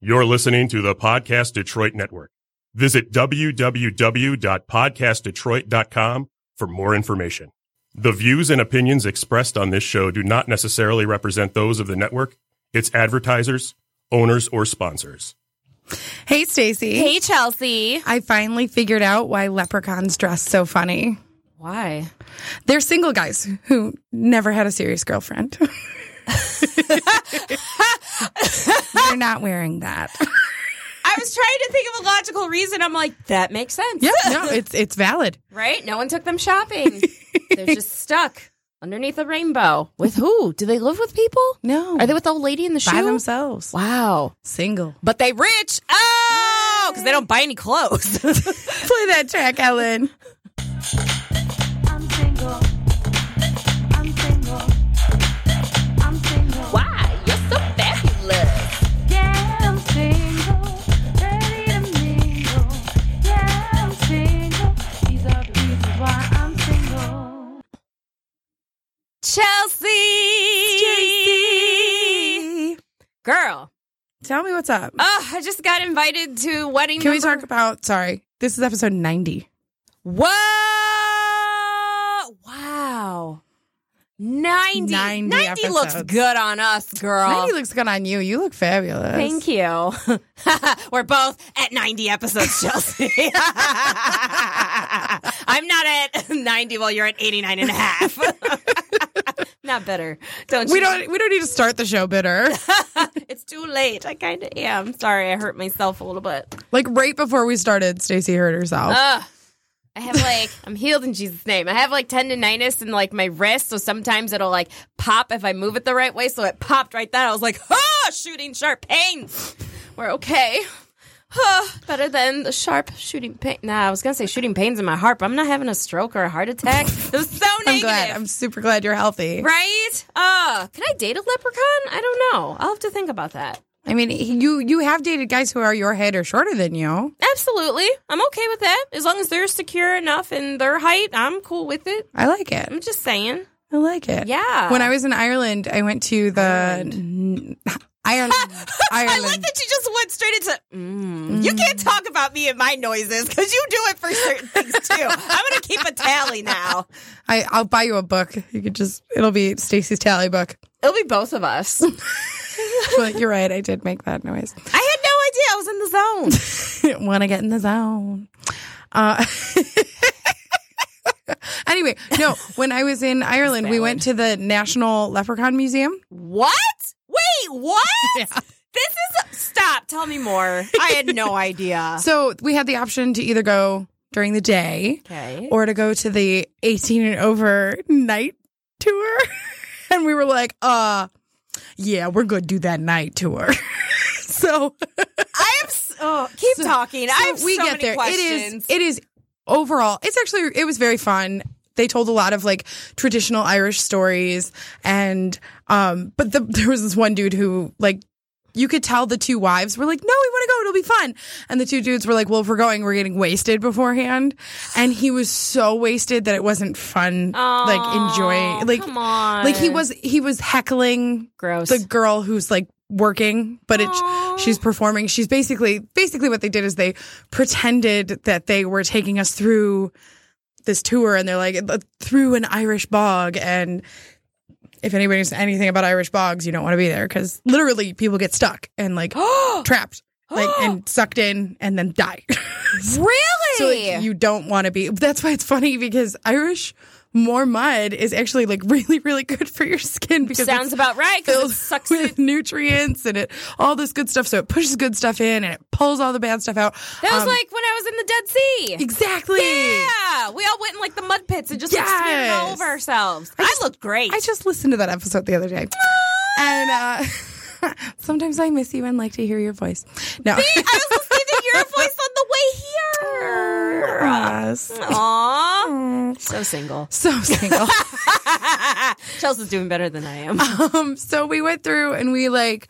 You're listening to the Podcast Detroit Network. Visit www.podcastdetroit.com for more information. The views and opinions expressed on this show do not necessarily represent those of the network, its advertisers, owners, or sponsors. Hey, Stacy. Hey, Chelsea. I finally figured out why leprechauns dress so funny. Why? They're single guys who never had a serious girlfriend. They're not wearing that. I was trying to think of a logical reason. I'm like, that makes sense. Yeah, no, it's it's valid. Right? No one took them shopping. They're just stuck underneath a rainbow. With who? Do they live with people? No. Are they with the old lady in the by shoe? themselves. Wow. Single. But they rich. Oh, because they don't buy any clothes. Play that track, Ellen. I'm single. I'm single. I'm single. Why? You're so fabulous. Yeah, I'm single. Ready to mingle. Yeah, I'm single. These are the reasons why I'm single. Chelsea. Girl. Tell me what's up. Oh, I just got invited to wedding. Can we number- talk about? Sorry, this is episode ninety. Whoa! Wow. 90. 90 looks episodes. good on us, girl. Ninety looks good on you. You look fabulous. Thank you. We're both at 90 episodes, Chelsea. I'm not at 90. Well, you're at 89 and a half. not better. Don't you? We don't. We don't need to start the show bitter. It's too late. I kind of am. Sorry, I hurt myself a little bit. like right before we started, Stacy hurt herself. Ugh. I have like I'm healed in Jesus' name. I have like tendonitis in like my wrist, so sometimes it'll like pop if I move it the right way. So it popped right then. I was like, "Ah, shooting sharp pain." We're okay. Huh, better than the sharp shooting pain. Nah, I was gonna say shooting pains in my heart, but I'm not having a stroke or a heart attack. It was so negative, I'm glad. I'm super glad you're healthy. right? Uh, can I date a leprechaun? I don't know. I'll have to think about that. I mean, you you have dated guys who are your height or shorter than you. Absolutely, I'm okay with that as long as they're secure enough in their height. I'm cool with it. I like it. I'm just saying. I like it. Yeah. When I was in Ireland, I went to the Ireland. Ireland. I like that you just went straight into. Mm. You can't talk about me and my noises because you do it for certain things too. I'm gonna keep a tally now. I, I'll buy you a book. You could just. It'll be Stacy's tally book. It'll be both of us. I had no idea But you're right. I did make that noise. I was in the zone. Want to get in the zone? Uh, anyway, no. When I was in Ireland, we went to the National Leprechaun Museum. What? Wait, what? This is stop. Tell me more. I had no idea. So we had the option to either go during the day Okay. or to go to the 18 and over night tour. and we were like, uh, yeah, we're good to do that night tour. so I am. s- Oh, keep talking. I have we so get many there. It questions. is it is overall, it's actually it was very fun. They told a lot of like traditional Irish stories and um but the, there was this one dude who like you could tell the two wives were like, "No, we want to go. It'll be fun." And the two dudes were like, "Well, if we're going, we're getting wasted beforehand." And he was so wasted that it wasn't fun. like enjoying, like come on. like he was he was heckling Gross. the girl who's like working, but it she's performing. She's basically basically what they did is they pretended that they were taking us through this tour, and they're like through an Irish bog and. If anybody's anything about Irish bogs, you don't want to be there because literally people get stuck and like trapped, like and sucked in and then die. really. So like, you don't want to be. That's why it's funny because Irish more mud is actually like really really good for your skin because it's Sounds about right. 'cause filled it sucks with it. nutrients and it all this good stuff. So it pushes good stuff in and it pulls all the bad stuff out. That was Um, like when I was in the Dead Sea. exactly. Yeah, we all went in like the mud pits and just like, smeared it all Yes. over ourselves. I, looked great. I just listened to that episode the other day, and uh, sometimes I miss you and like to hear your voice. No. I was listening to your voice on the way here. Yes. Aww, Mm. so single. Uh, So single. Chelsea's doing better than I am. um, so we went through and we like,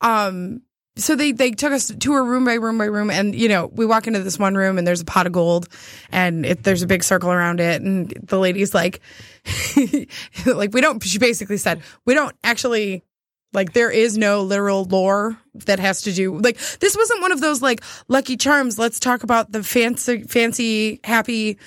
um, so they they took us to a room by room by room, and you know we walk into this one room and there's a pot of gold, and it, there's a big circle around it, and the lady's like, like we don't. She basically said we don't actually Like there is no literal lore that has to do like this wasn't one of those like Lucky Charms. Let's talk about the fancy, fancy, happy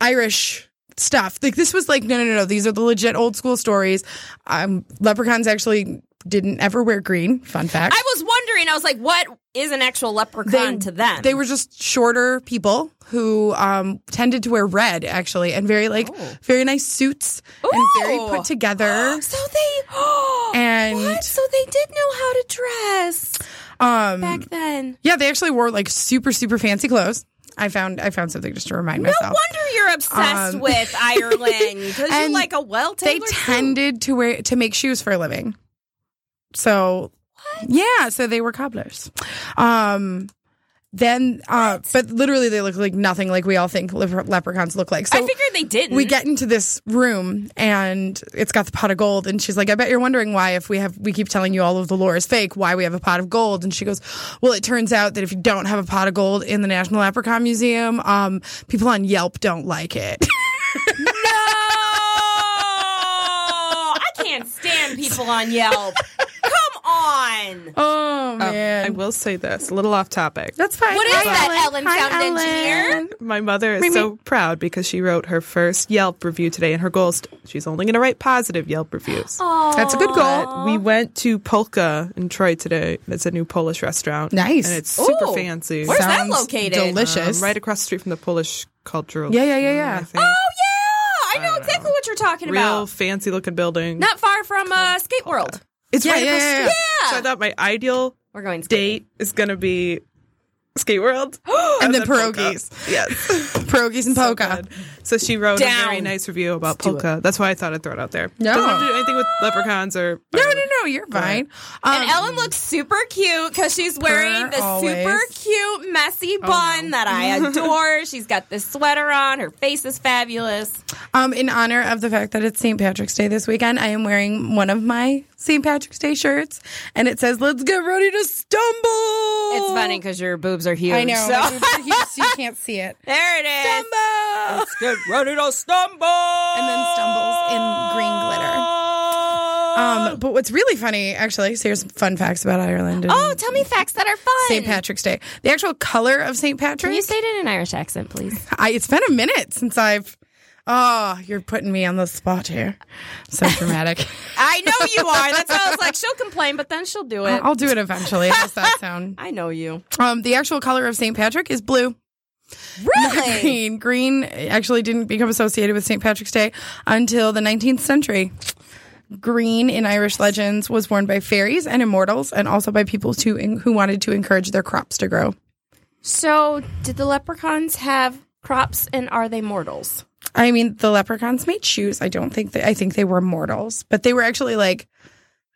Irish stuff. Like this was like no, no, no, no. These are the legit old school stories. Um, leprechauns actually didn't ever wear green. Fun fact. I was wondering. I was like, what is an actual leprechaun to them? They were just shorter people who um, tended to wear red, actually, and very like very nice suits and very Oh. Ooh. put together. so they And- what? So they did know how to dress Um, back then. yeah, they actually wore like super super fancy clothes. I found I found something just to remind No myself. wonder you're obsessed Um, with Ireland because you and like a well they tailored. tended to wear to make shoes for a living. So yeah, so they were cobblers. Um, then, uh, but literally, they look like nothing like we all think leper- leprechauns look like. So I figured they didn't. we get into this room and it's got the pot of gold and she's like i bet you're wondering why if we have we keep telling you all of the lore is fake why we have a pot of gold and she goes well it turns out that if you don't have a pot of gold in the national leprechaun museum um, people on yelp don't like it no. Oh, I can't stand people on Yelp. Come on. oh man I will say this, a little off topic. that's fine What is Hi, that, Ellen, Hi, sound engineer? My mother is so proud because she wrote her first Yelp review today, and her goal is she's only going to write positive Yelp reviews. that's a good goal But we went to Polka in Troy today. It's a new Polish restaurant. Nice. And it's super Ooh. fancy. Where's that Sounds located? delicious Um, right across the street from the Polish Cultural. Yeah, yeah, yeah, yeah. Museum, I think. Oh yeah, I know exactly what you're talking Real about. fancy looking building. Not far from uh, Skate World. It's Yeah, right yeah, across yeah, the street. So I thought my ideal We're going skating. date is going to be Skate World. And then then Polka. pierogies. Yes. pierogies and polka Good. So she wrote a very Down. nice review about Polka. That's why I thought I'd throw it out there. No. Doesn't have to do anything with leprechauns or. no no no you're fine um, And Ellen looks super cute because she's wearing the always. super cute messy bun that I adore. she's got this sweater on. Her face is fabulous. Um, in honor of the fact that it's St. Patrick's Day this weekend, I am wearing one of my St. Patrick's Day shirts, and it says "Let's get ready to stumble." It's funny because your boobs are huge. I know. so- my boobs are huge, so you can't see it. there it is. Let's get ready to stumble, and then stumbles in green glitter. Um, but what's really funny, actually, so here's some fun facts about Ireland. and Oh, tell me facts that are fun. St. Patrick's Day. The actual color of St. Can you Patrick's. say it in an Irish accent, please? I, it's been a minute since I've. Oh, you're putting me on the spot here. So dramatic. I know you are. That's why I was like, she'll complain, but then she'll do it. I'll do it eventually. How's that sound? I know you. Um, the actual color of St. Patrick is blue. Really? Green. Green actually didn't become associated with St. Patrick's Day until the 19th century. Green in Irish legends was worn by fairies and immortals, and also by people to, who wanted to encourage their crops to grow. so, did the leprechauns have crops and are they mortals? I mean, the leprechauns made shoes. I don't think that I think they were mortals, but they were actually like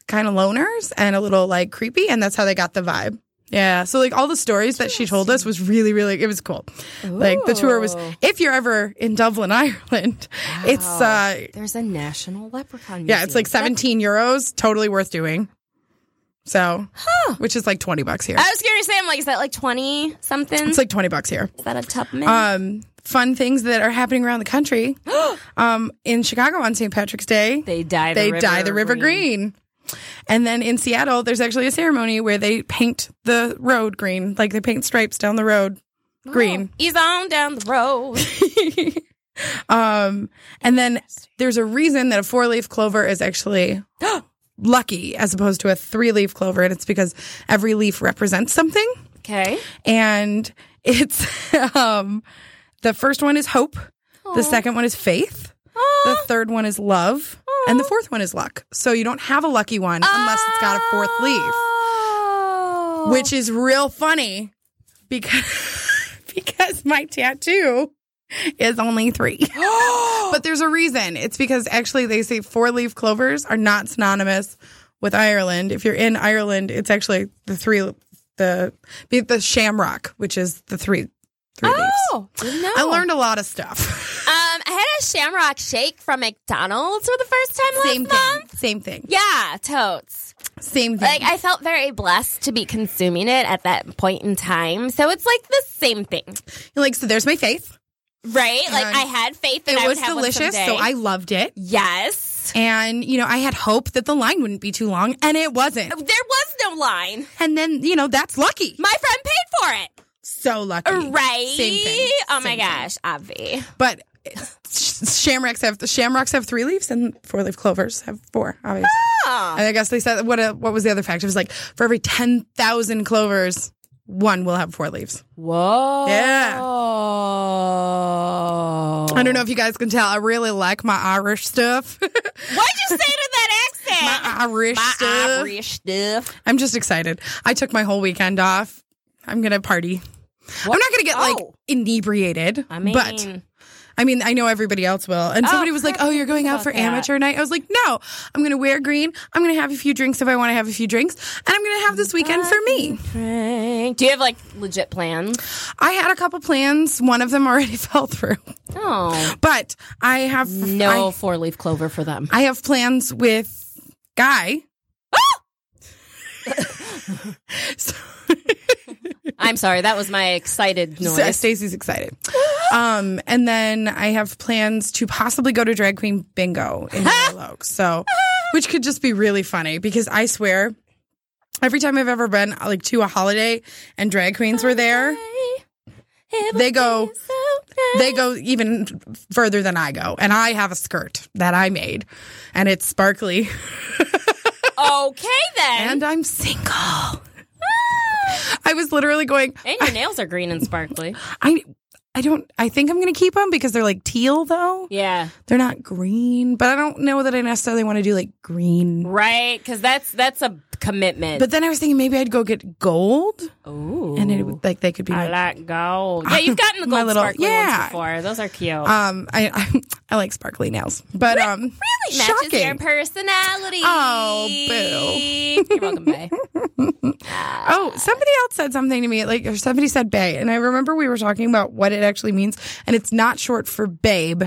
kind of loners and a little like creepy, and that's how they got the vibe. Yeah. So like all the stories that she told us was really, really it was cool. Like the tour was Ooh. if you're ever in Dublin, Ireland, it's uh There's a national leprechaun. yeah, it's like museum. seventeen euros, totally worth doing. So which is like twenty bucks here. I was going to say, I'm like, is that like 20 something? It's like twenty bucks here. is that a Tupman? Um fun things that are happening around the country. um in Chicago on St. Patrick's Day. they dye the they river dye the river green. And then in Seattle, there's actually a ceremony where they paint the road green, like they paint stripes down the road green. Oh, He's on down the road. Um, and then there's a reason that a four leaf clover is actually lucky as opposed to a three leaf clover, and it's because every leaf represents something. Okay. And it's um, the first one is hope, the second one is faith. The third one is love, and the fourth one is luck. So you don't have a lucky one unless it's got a fourth leaf. Oh. which is real funny because because my tattoo is only three. but there's a reason. It's because actually they say four leaf clovers are not synonymous with Ireland. If you're in Ireland, it's actually the three the the, the shamrock, which is the three three leaves. Oh, didn't know. I learned a lot of stuff. Um, I had a shamrock shake from McDonald's for the first time last Same thing. month. Same thing. Yeah, totes. Same thing. Like I felt very blessed to be consuming it at that point in time. So it's like the same thing, like so there's my faith. right? Like And I had faith that It I would was have one delicious, someday. so I loved it. yes. Yes. And, you know, I had hope that the line wouldn't be too long, and it wasn't. There was no line. And then, you know, that's lucky. My friend paid for it. So lucky. Right. Same thing. Oh my Same thing. gosh, Avi. But sh- shamrocks have shamrocks have three leaves and four leaf clovers have four. Obviously, Oh. and I guess they said what uh what was the other fact? It was like for every ten thousand clovers, one will have four leaves. Whoa. Yeah. Whoa. I don't know if you guys can tell. I really like my Irish stuff. Why'd you say it in that accent? my Irish stuff. Irish stuff. I'm just excited. I took my whole weekend off. I'm gonna party. I'm not gonna get like Oh. inebriated, I mean, but I mean, I know everybody else will. And Oh, somebody was like, crap, "Oh, I you're forgot going out about for that. amateur night." I was like, "No, I'm going to wear green. I'm going to have a few drinks if I want to have a few drinks, and I'm going to have this weekend for me." Frank, do you have like legit plans? I had a couple plans. One of them already fell through, Oh but I have no, four leaf clover for them. I, I have plans with guy. I'm sorry, that was my excited So noise. Stacey's excited. Um, and then I have plans to possibly go to drag queen bingo in Royal Oak. So, which could just be really funny because I swear, every time I've ever been like to a holiday and drag queens were there, they go- they go even further than I go. And I have a skirt that I made, and it's sparkly, Okay then. and I'm single. I was literally going. And your nails are green and sparkly. I. I don't. I think I'm gonna keep them because they're like teal, though. Yeah, they're not green, but I don't know that I necessarily want to do like green. right. Because that's that's a commitment. But then I was thinking maybe I'd go get gold, Ooh, and it would like they could be. I Like, like gold. Yeah, you've gotten the My gold little- sparkly yeah. ones before. Those are cute. um, I, I I like sparkly nails, but um, really Matches shocking. your personality. Oh, boo! You're welcome, Bay. Oh, somebody else said something to me, like or somebody said "bay," and I remember we were talking about what it actually means, and it's not short for babe.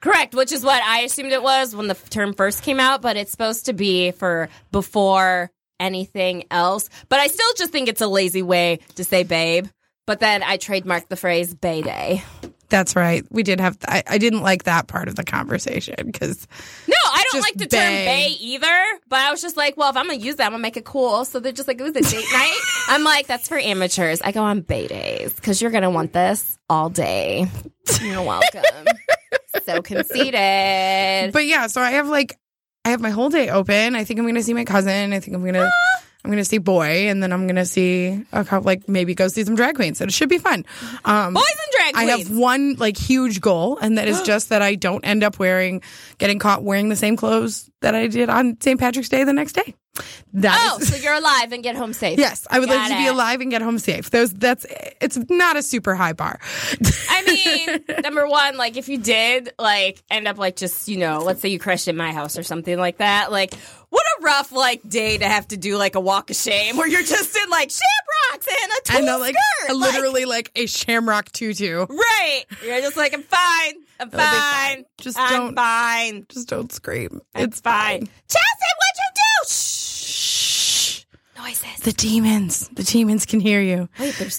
Correct, which is what I assumed it was when the f- term first came out, but it's supposed to be for before anything else. But I still just think it's a lazy way to say babe. But then I trademarked the phrase bay day. That's right. We did have. I, I didn't like that part of the conversation because No, I don't Just like the term bay. bay either, but I was just like, well, if I'm going to use that, I'm going to make it cool. So they're just like, it was a date night. I'm like, that's for amateurs. I go on bay days because you're going to want this all day. You're welcome. so conceited. But yeah, so I have like I have my whole day open. I think I'm gonna see my cousin. I think I'm gonna I'm gonna see boy, and then I'm gonna see a couple like maybe go see some drag queens. So it should be fun. Um, Boys and drag I queens. have one like huge goal, and that is just that I don't end up wearing getting caught wearing the same clothes that I did on St. Patrick's Day the next day. That Oh, is- so you're alive and get home safe. Yes, I would like to Got be it. alive and get home safe. Those, that's it's not a super high bar. I mean, number one, like if you did like end up like just, you know, let's say you crashed in my house or something like that, like what a rough like day to have to do like a walk of shame where you're just in like shamrocks and a tulle and they're like skirt. like, literally like a shamrock tutu. right. You're just like I'm fine. I'm be fine. fine. Just I'm don't- fine. Just don't scream. It's fine. Chelsea, what'd you do? Shh. Noises. The demons. The demons can hear you. Wait, there's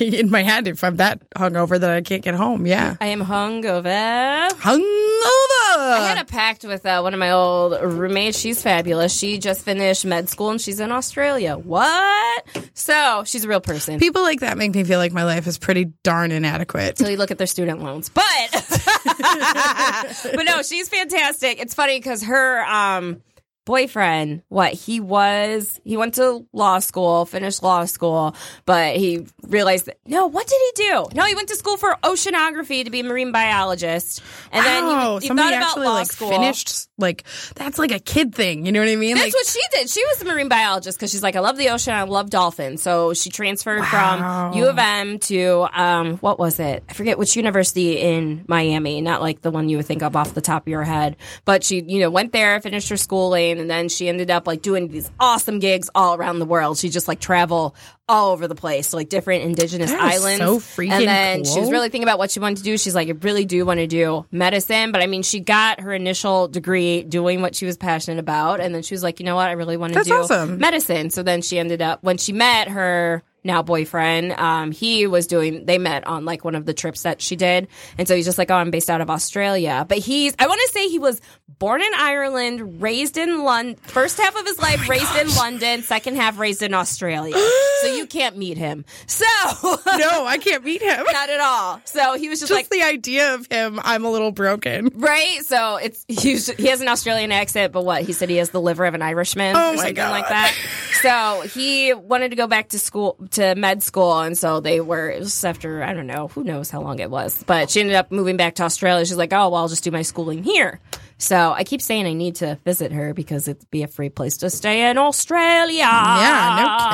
In my head, if I'm that hungover that I can't get home, yeah. I am hungover. I had Hungover. a pact with uh, one of my old roommates. She's fabulous. She just finished med school and she's in Australia. What? So she's a real person. People like that make me feel like my life is pretty darn inadequate. So you look at their student loans, but but no, she's fantastic. It's funny because her um, boyfriend, what he was, he went to law school, finished law school, but he realized that no, what did he do? No, he went to school for oceanography to be a marine biologist, and then he, oh, was- he somebody thought about actually law like school. finished like that's like a kid thing. You know what I mean? That's like what she did. She was a marine biologist because she's like, I love the ocean. I love dolphins. So she transferred Wow. from U of M to um, what was it? I forget which university in Miami. Not like the one you would think of off the top of your head. But she, you know, went there, finished her schooling, and then she ended up like doing these awesome gigs all around the world. She just like travel all over the place, like different indigenous That is islands. so freaking And then she was cool. really really think about what she wanted to do. She's like, I really do want to do medicine. But I mean, she got her initial degree doing what she was passionate about. And then she was like, you know what? I really want to That's do awesome. medicine. So then she ended up, when she met her now boyfriend, um, he was doing. They met on like one of the trips that she did, and so he's just like, "Oh, I'm based out of Australia," but he's. I want to say he was born in Ireland, raised in London. First half Oh of his life raised in London, second half raised in Australia. so you can't meet him. So No, I can't meet him. not at all. So he was just, Just like. the idea of him, I'm a little broken. Right, so it's he's, he has an Australian accent, but what he said he has the liver of an Irishman Oh or my something God. like that. So he wanted to go back to school to med school, and so they were it was after I don't know who knows how long it was, but she ended up moving back to Australia. She's like, oh well, I'll just do my schooling here. So I keep saying I need to visit her because it'd be a free place to stay in Australia. Yeah, no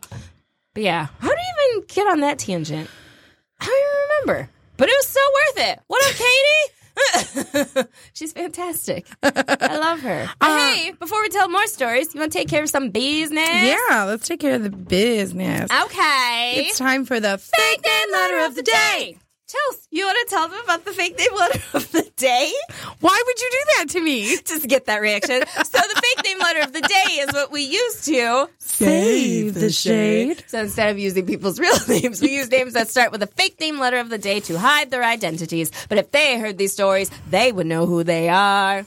kidding. But yeah, how do you even get on that tangent? I don't even remember. But it was so worth it. What up, Katie? She's fantastic. I love her. Uh, But hey, before we tell more stories, you want to take care of some business? Yeah, let's take care of the business. Okay. It's time for the fake name letter of the day. Chels, you want to tell them about the fake name letter of the day? Why would you do that to me? Just get that reaction. so the fake name letter of the day is what we used to Save the shade. So instead of using people's real names, we use names that start with a fake name letter of the day to hide their identities. But if they heard these stories, they would know who they are.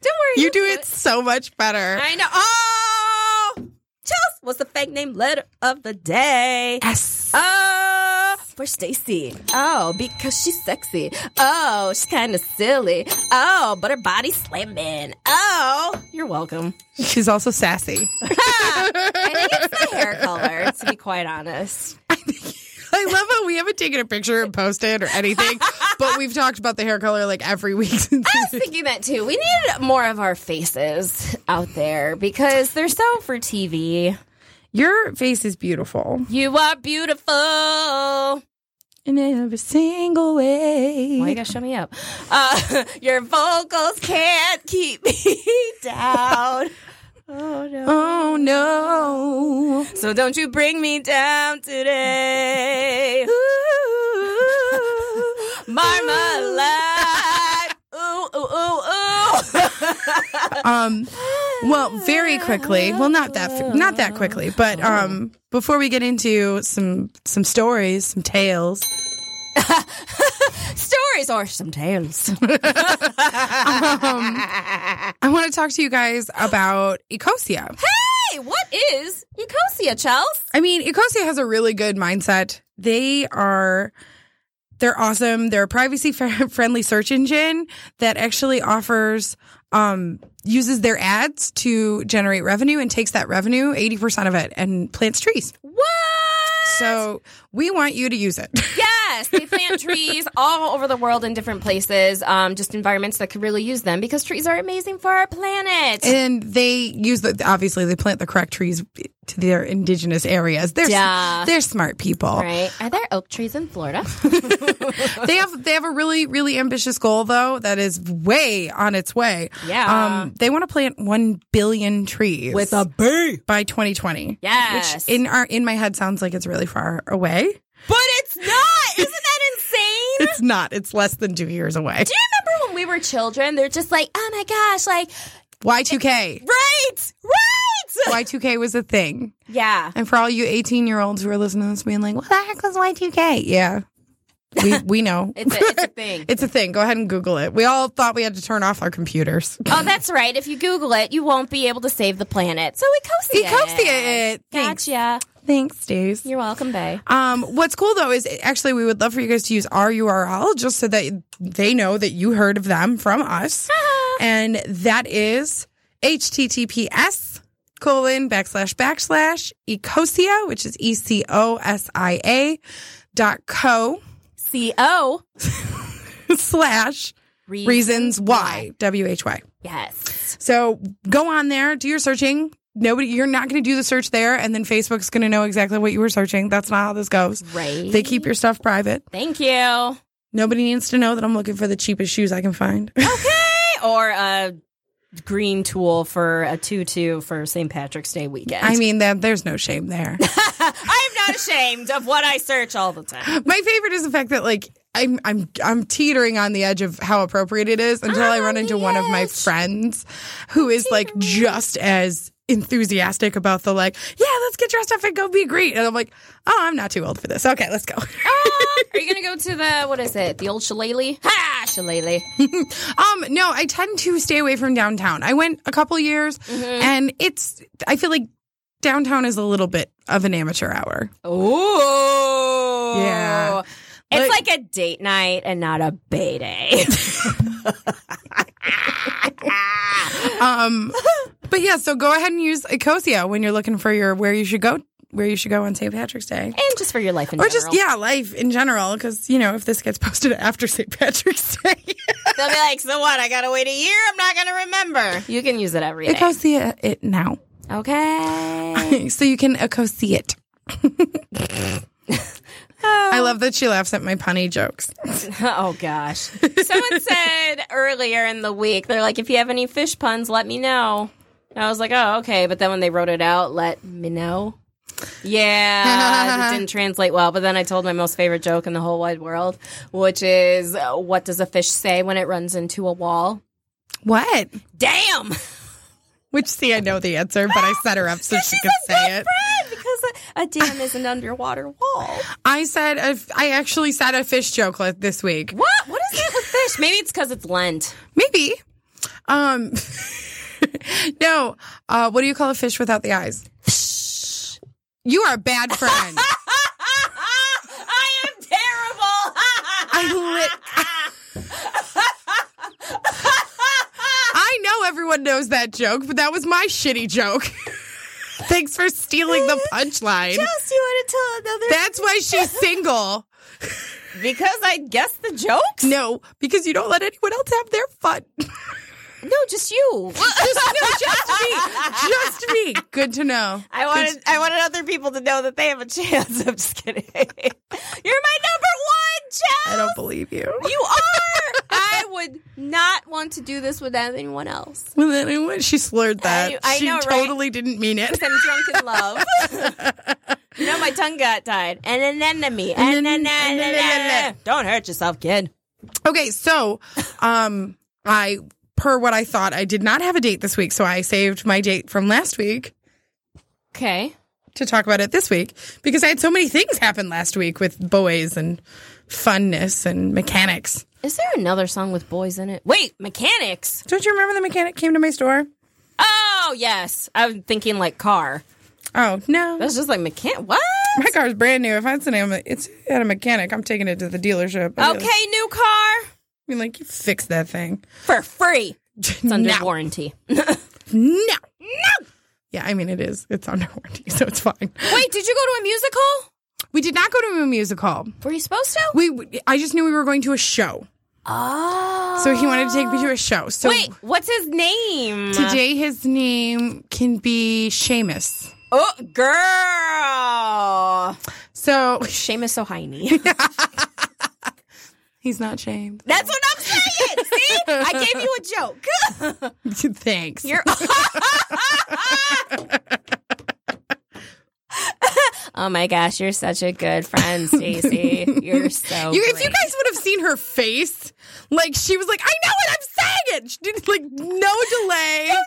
Don't worry. You do it so much better. I know. Oh! Chels, what's the fake name letter of the day? Yes. Oh, for Stacy. Oh, because she's sexy. Oh, she's kind of silly. Oh, but her body's slimming. Oh, you're welcome. She's also sassy. I think it's the hair color, to be quite honest. I love how we haven't taken a picture and posted or anything, but we've talked about the hair color like every week. Since I was thinking that too. We need more of our faces out there because they're so for TV. Your face is beautiful You are beautiful. Why in every single way. you gotta show me up? Uh, your vocals can't keep me down. Oh no. Oh no. So don't you bring me down today. Marmalade. Ooh, ooh, ooh, ooh. Um well, very quickly. Well, not that not that quickly, but um before we get into some some stories, some tales, Stories or some tales. I want to talk to you guys about Ecosia. Hey, what is Nicosia, Chels? I mean, Ecosia has a really good mindset. They are they're awesome. They're a privacy fr- friendly search engine that actually offers um uses their ads to generate revenue and takes that revenue, 80% of it and plants trees. What? So, we want you to use it. Yes, they plant trees all over the world in different places, um, just environments that could really use them because trees are amazing for our planet. and they use the obviously they plant the correct trees to their indigenous areas. They're Duh. they're smart people. Right? Are there oak trees in Florida? they have they have a really really ambitious goal though that is way on its way. Yeah. Um, they want to plant one billion trees with a B by 2020. Yes. Which in our in my head sounds like it's really far away. but it's not. Isn't that insane? It's not. It's less than two years away. Do you remember when we were children? They're just like, oh my gosh, like, Y2K. right, right. Y2K was a thing. Yeah. And for all you 18 year olds who are listening to this being like, what the heck was Y2K? Yeah. We, we know. It's a, it's a thing. It's a thing. Go ahead and Google it. We all thought we had to turn off our computers. oh, that's right. If you Google it, you won't be able to save the planet. So Ecosia. Ecosia it. Thanks. Gotcha. Thanks, Stace. You're welcome, Bay. Um, what's cool though is actually we would love for you guys to use our URL just so that they know that you heard of them from us. and that is https colon backslash backslash ecosia, which is E C O S I A dot co C O slash reasons why W H Y. Yes. So go on there, do your searching. Nobody, you're not going to do the search there, and then Facebook's going to know exactly what you were searching. That's not how this goes. Right. They keep your stuff private. Thank you. Nobody needs to know that I'm looking for the cheapest shoes I can find. Okay. Or a green tool for a tutu for St. Patrick's Day weekend. I mean, that there's no shame there. I'm not ashamed of what I search all the time. My favorite is the fact that like I'm I'm I'm teetering on the edge of how appropriate it is until I run into one of my friends who is like just as enthusiastic about the like, yeah, let's get dressed up and go be great. And I'm like, oh, I'm not too old for this. Okay, let's go. Ah, Um, Are you gonna go to the what is it? The old shillelagh? Ha! Shillelagh. Um, no, I tend to stay away from downtown. I went a couple years and it's I feel like downtown is a little bit of an amateur hour. Ooh. Yeah. It's Like- like, a date night and not a bay day. Um but yeah, so go ahead and use Ecosia when you're looking for your where you should go where you should go on St. Patrick's Day. and just for your life in Or general. just yeah, life in general cuz you know, if this gets posted after St. Patrick's Day. They'll be like, so what? I gotta wait a year. I'm not gonna remember. You can use it every day. Ecosia it now. okay. so you can Ecosia it. I love that she laughs at my punny jokes. oh gosh. Someone said earlier in the week, they're like, if you have any fish puns, let me know. And I was like, oh, okay. But then when they wrote it out, let me know. Yeah, it didn't translate well. But then I told my most favorite joke in the whole wide world, which is, uh, what does a fish say when it runs into a wall? What? Damn! Which, see, I know the answer, but I set her up so she could say it. because a, a dam is an underwater wall. I said, a f- I actually said a fish joke li- this week. What? What is it with fish? Maybe it's because it's Lent. Maybe. Um, no. Uh, what do you call a fish without the eyes? You are a bad friend. I am terrible. I lit. I know everyone knows that joke, but that was my shitty joke. Thanks for stealing the punchline. else do you want to tell another? That's why she's single. because I guess the jokes. No, because you don't let anyone else have their fun. No, just you. just, no, just me. Just me. Good to know. I wanted I wanted other people to know that they have a chance. I'm just kidding. You're my number one, Chad. I don't believe you. You are. I would not want to do this with anyone else. Well, then I- she slurred that. I- I she know, right? totally didn't mean it. I'm drunk in love. you know, my tongue got tied. And an enemy. And an enemy. Don't hurt yourself, kid. Okay, so um I per what I thought, I did not have a date this week, so I saved my date from last week Okay. to talk about it this week because I had so many things happen last week with boys and funness and mechanics. Is there another song with boys in it? Wait, mechanics. Don't you remember the mechanic came to my store? Oh yes, I'm thinking like car. Oh no. That's just like mechan. What? my car's brand new. If I said I'm a- it's at a mechanic, I'm taking it to the dealership. I Okay, new car mean, like you fix that thing. for free. It's under No. warranty. No, no. Yeah, I mean it is. It's under warranty, so it's fine. Wait, did you go to a musical? We did not go to a music hall. Were you supposed to? We, I just knew we were going to a show, Oh. so he wanted to take me to a show. So Wait, what's his name? today, his name can be Seamus. Oh, girl. So Seamus O'Haney. he's not shamed. That's what I'm saying. See, I gave you a joke. Thanks. You're. oh my gosh, you're such a good friend, Stacey. You're so. You- if great. you guys would have seen her face, like she was like, "I know it, I'm saying it." She did like no delay. no delay whatsoever.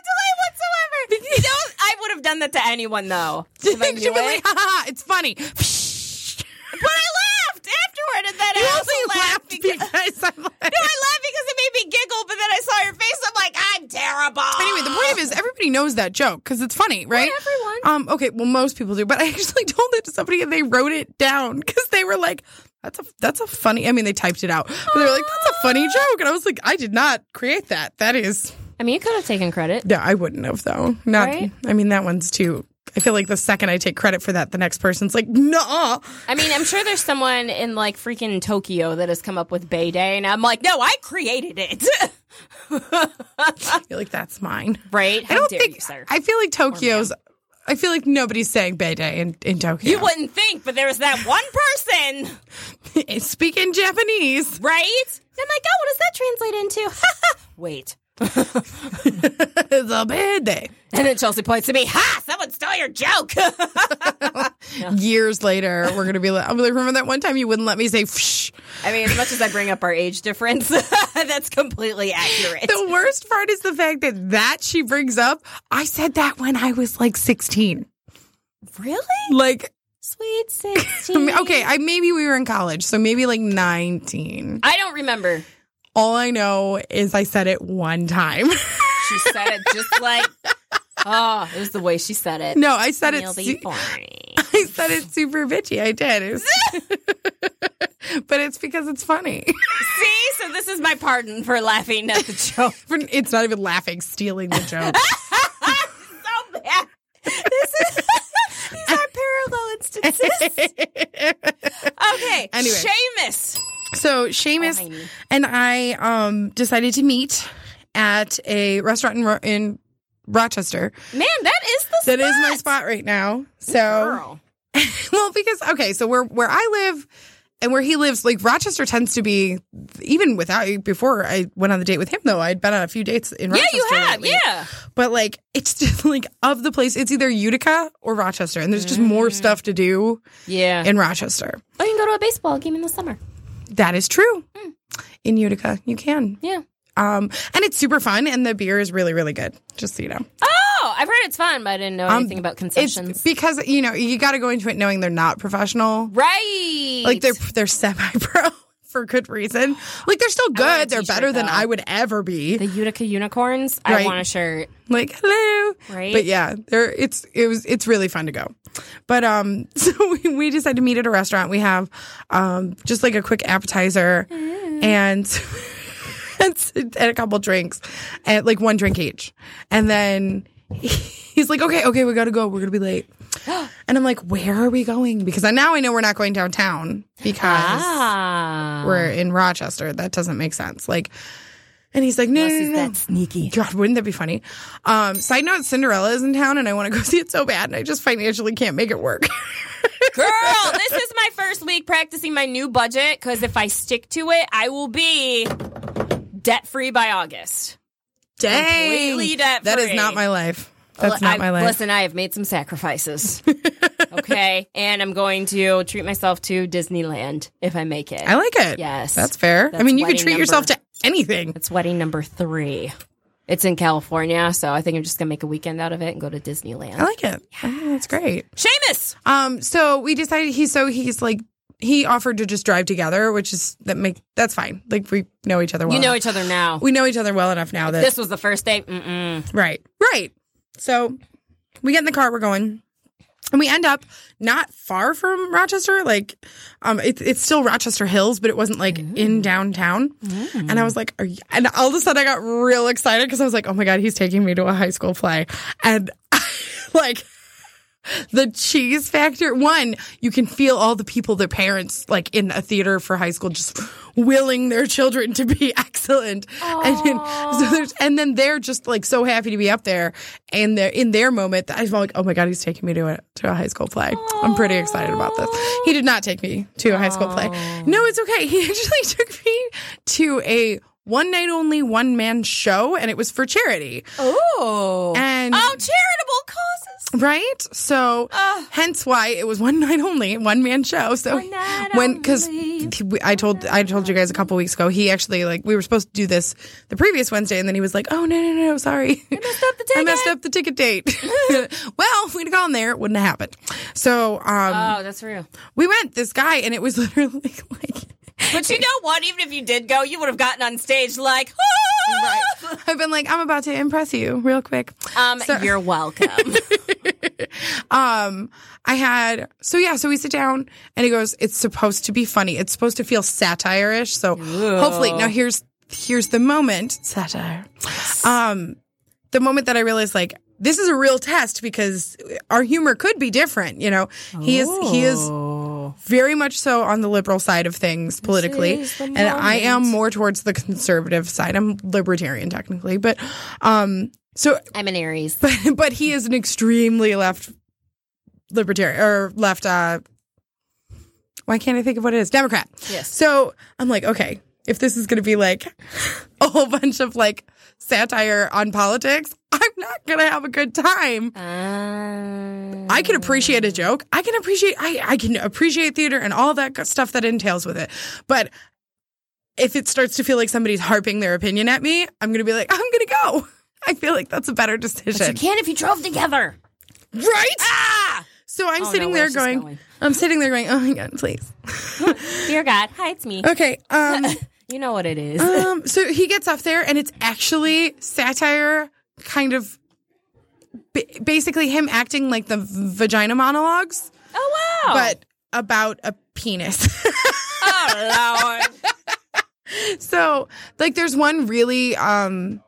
You know, I would have done that to anyone though. If she I knew was it. like, "Ha ha, ha, it's funny." but I laughed afterward, and then You I also also laughed, laughed because. because I laughed. No, I laughed because it made me giggle, but then I saw your face. I'm like, I'm terrible. Anyway, the point is, everybody knows that joke because it's funny, right? everyone. Um, okay, well, most people do, but I actually told it to somebody and they wrote it down because they were like, "That's a that's a funny." I mean, they typed it out, but they were like, "That's a funny joke," and I was like, "I did not create that. That is, I mean, you could have taken credit. yeah, I wouldn't have though. Not, Right? I mean, that one's too. I feel like the second I take credit for that, the next person's like, "Nah." I mean, I'm sure there's someone in like freaking Tokyo that has come up with Bay Day, and I'm like, no, I created it. You're like, "That's mine." right? I How don't dare think. you, sir? I feel like Tokyo's. I feel like nobody's saying Bay Day in, in Tokyo. you wouldn't think, but there was that one person, Speaking Japanese. right? I'm like, oh, what does that translate into? Wait. It's a bad day. And then Chelsea points to me, ha, someone stole your joke. years later, we're gonna be like, I'll be like, remember that one time you wouldn't let me say, Psh. I mean, as much as I bring up our age difference, that's completely accurate. the worst part is the fact that that she brings up. I said that when I was like 16. Really? Like, Sweet I 16. mean, okay, I maybe we were in college, so maybe like 19. I don't remember. All I know is I said it one time. She said it just like, oh, it was the way she said it. no, I said it. You'll be su- boring. I said it super bitchy. I did. It was- but it's because it's funny. See, so this is my pardon for laughing at the joke. It's not even laughing, stealing the joke. so bad. This is these are parallel instances. Okay. Anyway. Seamus. So Seamus Oh, honey. and I um, decided to meet at a restaurant in, Ro- in Rochester. Man, that is the That is my spot. spot right now. So Girl. well, because okay, so where where I live and where he lives, like Rochester tends to be even without before I went on the date with him though. I'd been on a few dates in Yeah, Rochester. you have. lately. Yeah. But like it's just like of the place, it's either Utica or Rochester, and there's just more stuff to do Yeah. in Rochester. or you can go to a baseball game in the summer. That is true. In Utica, you can. Yeah. Um, and it's super fun, and the beer is really, really good. Just so you know, Oh, I've heard it's fun, but I didn't know anything about Um, it's concessions. because you know you got to go into it knowing they're not professional, right. like they're they're semi pro for good reason. Like they're still want a good, they're t-shirt, better than though. I would ever be. the Utica unicorns. I Right. want a shirt. like hello, Right. But yeah, they're it's it was it's really fun to go. But um, so we, we decided to meet at a restaurant. We have um just like a quick appetizer Mm-hmm. and. and a couple drinks, and like one drink each, and then he's like, "Okay, okay, we gotta go. We're gonna be late." And I'm like, "Where are we going?" Because I now I know we're not going downtown because Ah. we're in Rochester. That doesn't make sense. Like, and he's like, no, no, no, no. sneaky. God, wouldn't that be funny? Um, side note, Cinderella is in town and I want to go see it so bad and I just financially can't make it work. Girl, this is my first week practicing my new budget because if I stick to it, I will be debt free by August. Dang. Completely debt-free. That is not my life. That's L- not I- my life. Listen, I have made some sacrifices. okay. And I'm going to treat myself to Disneyland if I make it. I like it. Yes. That's fair. I That's mean, you can wedding treat yourself to number. anything. It's wedding number three. It's in California, so I think I'm just gonna make a weekend out of it and go to Disneyland. I like it. Yeah, that's great. Seamus! Um, so we decided he so he's like he offered to just drive together, which is that make that's fine. Like we know each other well. You know enough. each other now. we know each other well enough now that this was the first date. Mm-mm. Right. Right. So we get in the car, we're going. And we end up not far from Rochester. Like, um, it's it's still Rochester Hills, but it wasn't like in downtown. And I was like, Are you, and all of a sudden I got real excited because I was like, oh my God, he's taking me to a high school play. And like, the cheese factor one you can feel all the people their parents like in a theater for high school just willing their children to be excellent and then, so there's, and then they're just like so happy to be up there and they're in their moment that i felt like oh my god he's taking me to a to a high school play i'm pretty excited about this he did not take me to a high school play no it's okay he actually took me to a one night only one man show and it was for charity Oh. and oh, charitable causes. Right? So, hence why it was one night only, one man show. So, night when, because only. I told, I told you guys a couple weeks ago, he actually, like, we were supposed to do this the previous Wednesday, and then he was like, oh, no, no, no, sorry. I messed up the I ticket." messed up the ticket date. well, if we'd have gone there, it wouldn't have happened. So, um, Oh, that's real. we went, this guy, and it was literally like, But you know what? Even if you did go, you would have gotten on stage like, "Ah!" I've been like, I'm about to impress you real quick. um, So- you're welcome. um i had so yeah so we sit down and he goes it's supposed to be funny it's supposed to feel satire-ish so hopefully now here's here's the moment satire um the moment that i realized like this is a real test because our humor could be different you know he is he is Oh. very much so on the liberal side of things politically is the and i am moment. more towards the conservative side i'm libertarian technically but um so I'm an Aries. but but he is an extremely left libertarian or left uh why can't I think of what it is? Democrat. Yes. So I'm like, okay, if this is gonna be like a whole bunch of like satire on politics, I'm not going to have a good time. Um, I can appreciate a joke. I can appreciate I, I can appreciate theater and all that good stuff that entails with it. But if it starts to feel like somebody's harping their opinion at me, I'm gonna be like, I'm gonna go. I feel like that's a better you decision. can if you drove together. right? Ah! So I'm Oh, sitting no, there where's this going, going? I'm sitting there going, Oh my god, please. Dear God, hi, it's me. Okay. Um You know what it is. Um, so he gets off there, and it's actually satire, kind of b- basically him acting like the vagina monologues, oh wow! but about a penis. oh lord, so, like, there's one really, um,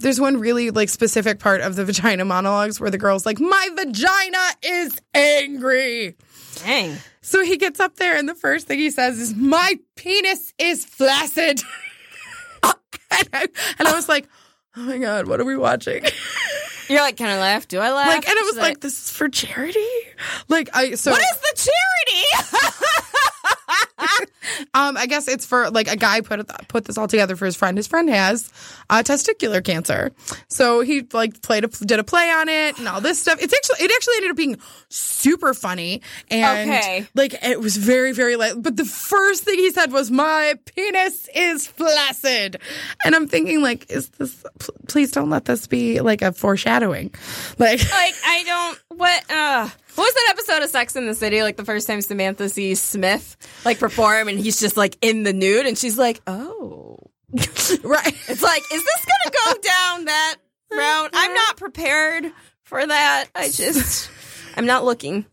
there's one really like specific part of the vagina monologues where the girl's like, "My vagina is angry." dang. So he gets up there, and the first thing he says is, "My penis is flaccid," and, I, and I was like, "Oh my god, what are we watching?" You're like, can I laugh? Do I laugh? like, and it was She's like, "This is for charity." Like, I so what is the charity? um, I guess it's for like a guy put it- put this all together for his friend. His friend has uh, testicular cancer, so he like played a, did a play on it and all this stuff. It's actually it actually ended up being super funny and Okay. like it was very very light. But the first thing he said was, "My penis is flaccid," and I'm thinking like, "Is this? pl- Please don't let this be like a foreshadowing." Like, like, I don't. What? Uh, what was that episode of Sex in the City? Like the first time Samantha sees Smith like perform, and he's just like in the nude, and she's like, oh. right? It's like, is this gonna go down that route? I'm not prepared for that. I just, I'm not looking.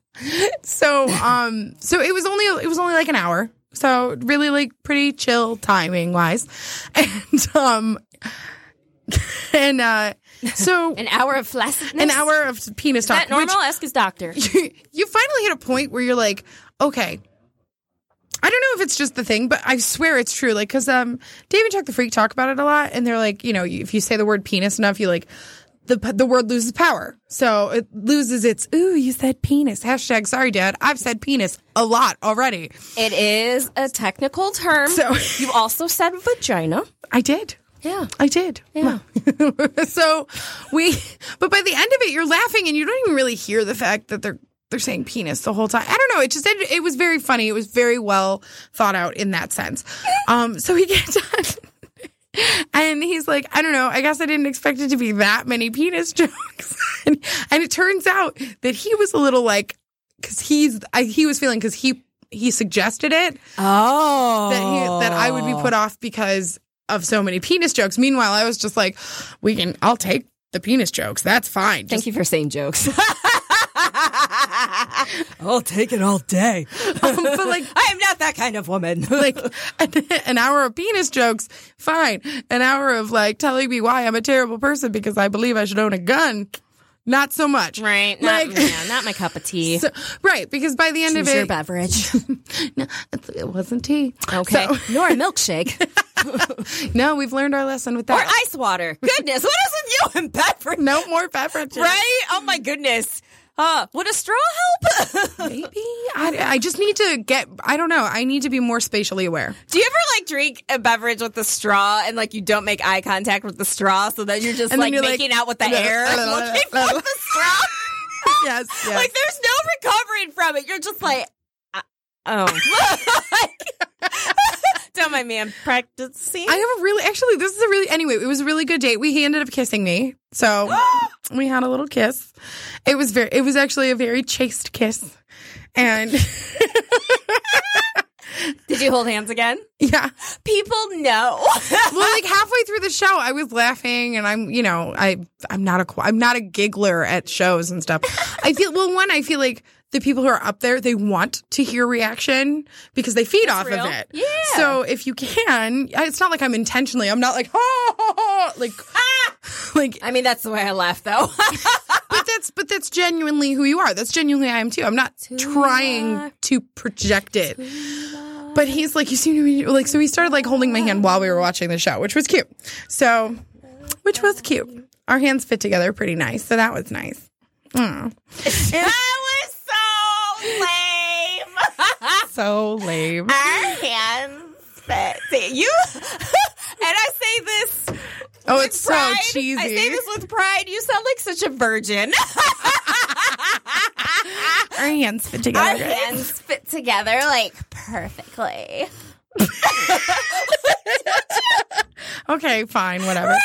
So um so it was only it was only like an hour. So really like pretty chill timing wise. And um and uh so An hour of flaccidness. an hour of penis That talk. which normal? Ask his doctor. you finally hit a point where you're like, okay. I don't know if it's just the thing, but I swear it's true. Like, cause um, Dave and Chuck the Freak talk about it a lot, and they're like, you know, if you say the word penis enough, you like the the word loses power, so it loses its. Ooh, you said penis. Hashtag sorry, Dad. I've said penis a lot already. It is a technical term. So- you also said vagina. I did. Yeah. I did. Yeah. so we, but by the end of it, you're laughing and you don't even really hear the fact that they're they're saying penis the whole time. I don't know. It just it, it was very funny. It was very well thought out in that sense. Um, so he gets on, and he's like, I don't know. I guess I didn't expect it to be that many penis jokes. and, and it turns out that he was a little like, because he's I, he was feeling because he he suggested it Oh. that he, that I would be put off because of so many penis jokes. Meanwhile, I was just like, we can. I'll take the penis jokes. That's fine. Thank Just, you for saying jokes. I'll take it all day. Um, but like. I am not that kind of woman. Like an, an hour of penis jokes, fine. An hour of like telling me why I'm a terrible person because I believe I should own a gun, not so much. right. Not, Like, yeah, not my cup of tea. so- right. Because by the end Choose of your it, beverage. no, it- it wasn't tea. Okay. So- Nor a milkshake. no, we've learned our lesson with or that. ice water. Goodness, what is with you and beverage? no more beverages. Right? Oh my goodness. Uh, would a straw help? Maybe. I, I just need to get, I don't know. I need to be more spatially aware. Do you ever like drink a beverage with the straw and like you don't make eye contact with the straw so then you're just And then like you're like, making out with the air looking for the straw? yes, yes. Like there's no recovering from it. You're just like, uh, oh. don't mind me, I'm practicing. I have a really, actually, this is a really, anyway, it was a really good date. We, he ended up kissing me. So we had a little kiss. It was very, it was actually a very chaste kiss. And Did you hold hands again? yeah, People know. well, like halfway through the show, I was laughing and I'm, you know, I, I'm not a, qu- I'm not a giggler at shows and stuff. I feel, well, one, I feel like the people who are up there, they want to hear reaction because they feed off real. of it. Yeah. So if you can, it's not like I'm intentionally, I'm not like, oh, like, Ah! like I mean, that's the way I laugh though. but that's but that's genuinely who you are. That's genuinely I am too. I'm not trying to project it. But he's like, you seem to be like. So he started like holding my hand while we were watching the show, which was cute. So, which was cute. Our hands fit together pretty nice, so that was nice. Aw. that was so lame. So lame. our hands. fit- See, you and I say this Oh, it's so pride. cheesy. I say this with pride. You sound like such a virgin. Our hands fit Our together. hands fit together like perfectly. Okay, fine, whatever.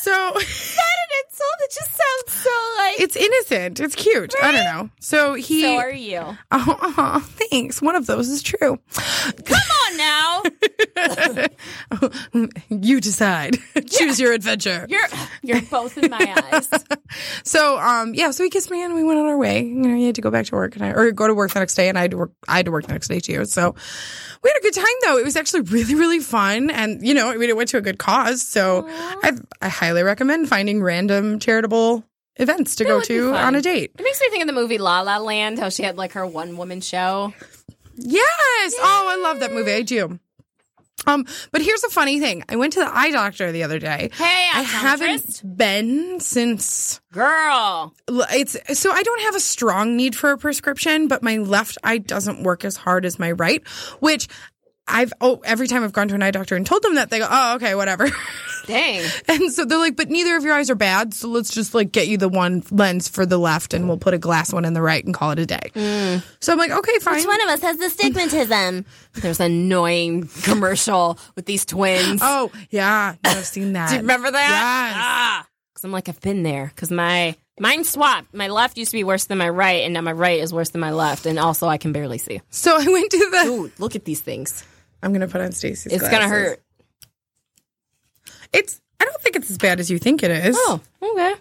So an insult that just sounds so like. it's innocent. It's cute. I don't know. So he. so are you? Come Oh, aw, thanks. One of those is true. on now. You decide. Choose your adventure. You're you're both in my eyes. So um yeah, so he kissed me and we went on our way. You know, he had to go back to work and I or go to work the next day and I had to work I had to work the next day too. So we had a good time though. It was actually really, really fun and you know, I mean it went to a good cause. So I I highly recommend finding random charitable events to go would be to fun. on a date. It makes me think of the movie La La Land, how she had like her one woman show. Yes. Oh, I love that movie. I do. Um, but here's a funny thing. I went to the eye doctor the other day. Hey, I optometrist. haven't been since Girl. L- it's so I don't have a strong need for a prescription, but my left eye doesn't work as hard as my right, which I've oh every time I've gone to an eye doctor and told them that they go oh okay whatever, Dang. and so they're like but neither of your eyes are bad, so let's just like get you the one lens for the left and we'll put a glass one in the right and call it a day. Mm. So I'm like okay fine. of us has astigmatism? There's an annoying commercial with these twins. Oh yeah, no, I've seen that. Do you remember that? Yes. Ah, because I'm like I've been there. Because my mine swapped. My left used to be worse than my right, and now my right is worse than my left, and also I can barely see. So I went to the. Ooh, look at these things. I'm gonna put on Stacy's. It's gonna glasses. hurt. It's. I don't think it's as bad as you think it is. Oh, okay.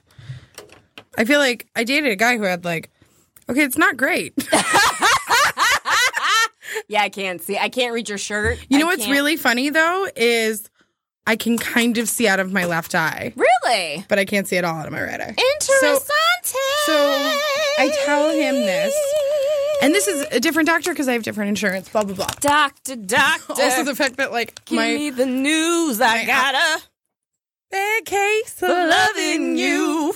I feel like I dated a guy who had like, okay, it's not great. Yeah, I can't see. I can't read your shirt. You know I what's can't- really funny though is I can kind of see out of my left eye, really but I can't see at all out of my right eye. interesting. so I tell him this, And this is a different doctor because I have different insurance. Blah blah blah. doctor, doctor. Also, the fact that like Give my uh, me the news. I gotta. bad case of loving loving you.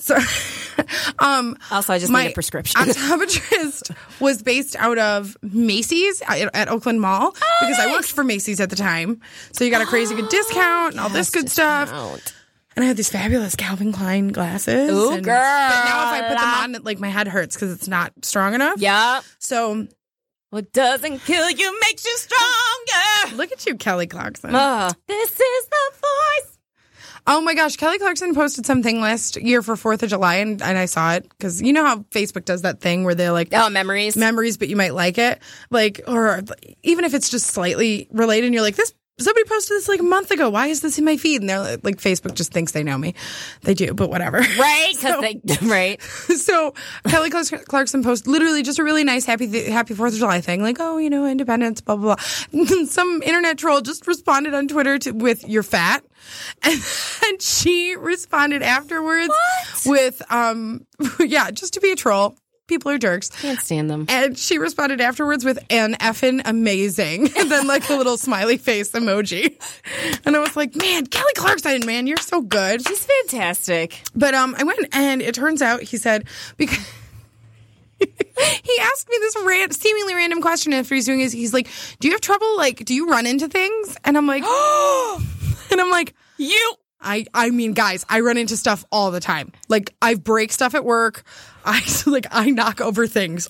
So, um, Also, I just my need a prescription. optometrist was based out of Macy's at, at Oakland Mall Oh, because I worked for Macy's at the time. So you got a crazy good discount and all this good stuff. Out. And I had these fabulous Calvin Klein glasses. Ooh, and- girl. But now if I put them on, it, like my head hurts because it's not strong enough. Yup. So What doesn't kill you makes you stronger. look at you, Kelly Clarkson. Uh, this is the voice. oh my gosh, Kelly Clarkson posted something last year for Fourth of July, and, and I saw it because you know how Facebook does that thing where they're like, Oh, memories. memories, but you might like it. Like, or even if it's just slightly related and you're like, this, somebody posted this like a month ago. Why is this in my feed? And they're like, like Facebook just thinks they know me. They do, but whatever. right? Because they right. so Kelly Clark- Clarkson post literally just a really nice happy happy Fourth of July thing, like oh you know independence blah blah blah. Some internet troll just responded on Twitter to, with "you're fat," and, and she responded afterwards with um yeah just to be a troll. People are jerks. Can't stand them. And she responded afterwards with an effin' amazing, and then like a little smiley face emoji. And I was like, man, Kelly Clarkson, man, you're so good. She's fantastic. But um, I went and it turns out he said because. He asked me this ran- seemingly random question after he's doing his. He's like, "Do you have trouble? Like, do you run into things?" And I'm like, "And I'm like, You. I I mean, guys, I run into stuff all the time. Like, I break stuff at work. I like I knock over things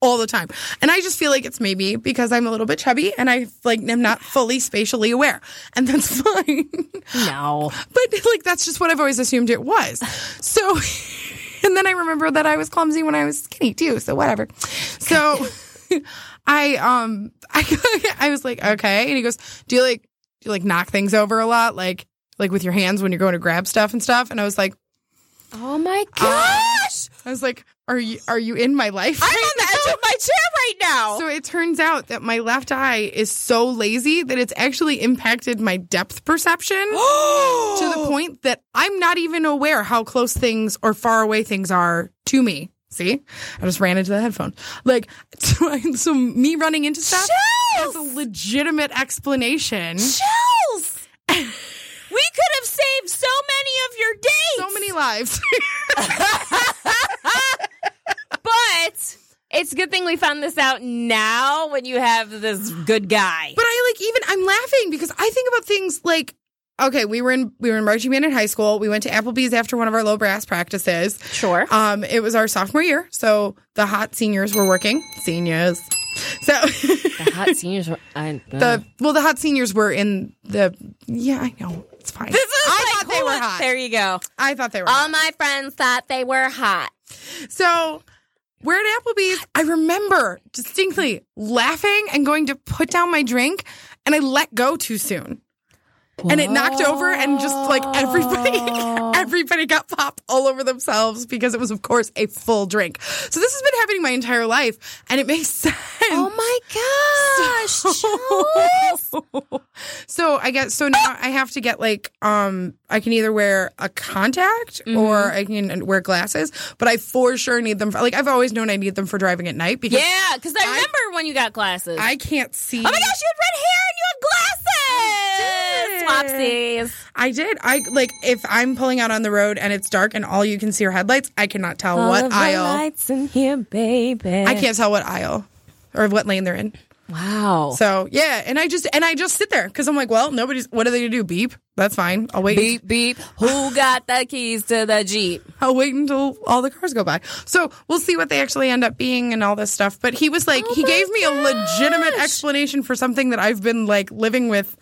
all the time, and I just feel like it's maybe because I'm a little bit chubby and I like am not fully spatially aware, and that's fine. No. But like that's just what I've always assumed it was. So and then I remember that I was clumsy when I was skinny too, so whatever. So I um I I was like, okay. And he goes, Do you like do you like knock things over a lot? Like like with your hands when you're going to grab stuff and stuff? And I was like Oh my gosh! I was like, Are you are you in my life? I'm on the edge of my chair right now. So it turns out that my left eye is so lazy that it's actually impacted my depth perception to the point that I'm not even aware how close things or far away things are to me. See, I just ran into the headphone. Like, so, I- so me running into stuff Chills! has a legitimate explanation. Chills. we could have saved so many of your days. So many lives. but. It's a good thing we found this out now when you have this good guy. But I like even I'm laughing because I think about things like okay, we were in we were in marching band in high school. We went to Applebee's after one of our low brass practices. Sure. Um, it was our sophomore year, so the hot seniors were working. Seniors. So The hot seniors. Were, I, the well, the hot seniors were in the yeah. I know it's fine. this is I like, thought they were hold on. hot. There you go. I thought they were. All my friends thought they were hot. So we're at Applebee's. I remember distinctly laughing and going to put down my drink, and I let go too soon. And it knocked over, and just like everybody, everybody got pop all over themselves because it was, of course, a full drink. So this has been happening my entire life, and it makes sense. Oh my gosh. Chalice. so I guess so now I have to get like um I can either wear a contact Mm-hmm. or I can wear glasses, but I for sure need them. For, like I've always known I need them for driving at night because yeah, because I remember when you got glasses. I can't see. oh my gosh, you had red hair and you had glasses. Swapsies. I did. I like if I'm pulling out on the road and it's dark and all you can see are headlights. I cannot tell what aisle. lights in here, baby. I can't tell what aisle or what lane they're in. Wow. So yeah, and I just and I just sit there because I'm like, well, nobody's. What are they gonna do? Beep. That's fine. I'll wait. beep beep. Who got the keys to the jeep? I'll wait until all the cars go by. So we'll see what they actually end up being and all this stuff. But he was like, Oh he gave me a legitimate explanation for something that I've been like living with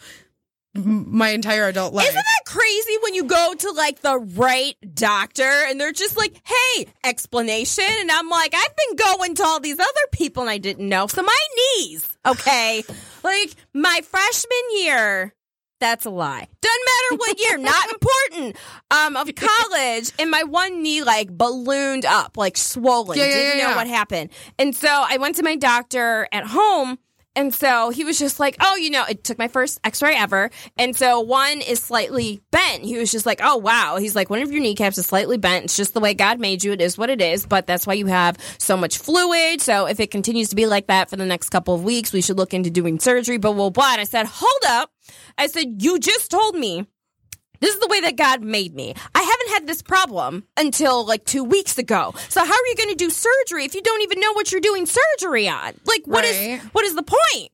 m- my entire adult life. Isn't that crazy when you go to like the right doctor and they're just like, hey, explanation? And I'm like, I've been going to all these other people and I didn't know. So my knees, okay? like my freshman year. That's a lie. Doesn't matter what year, not important. Um, of college, and my one knee like ballooned up, like swollen. Yeah, yeah, Didn't yeah, know yeah. what happened. And so I went to my doctor at home. And so he was just like, oh, you know, it took my first x ray ever. And so one is slightly bent. He was just like, oh, wow. He's like, one of your kneecaps is slightly bent. It's just the way God made you. It is what it is. But that's why you have so much fluid. So if it continues to be like that for the next couple of weeks, we should look into doing surgery. But blah, blah. And I said, hold up. I said, you just told me this is the way that God made me. I haven't had this problem until like two weeks ago. So how are you going to do surgery if you don't even know what you're doing surgery on? Like, what is Right. what is the point?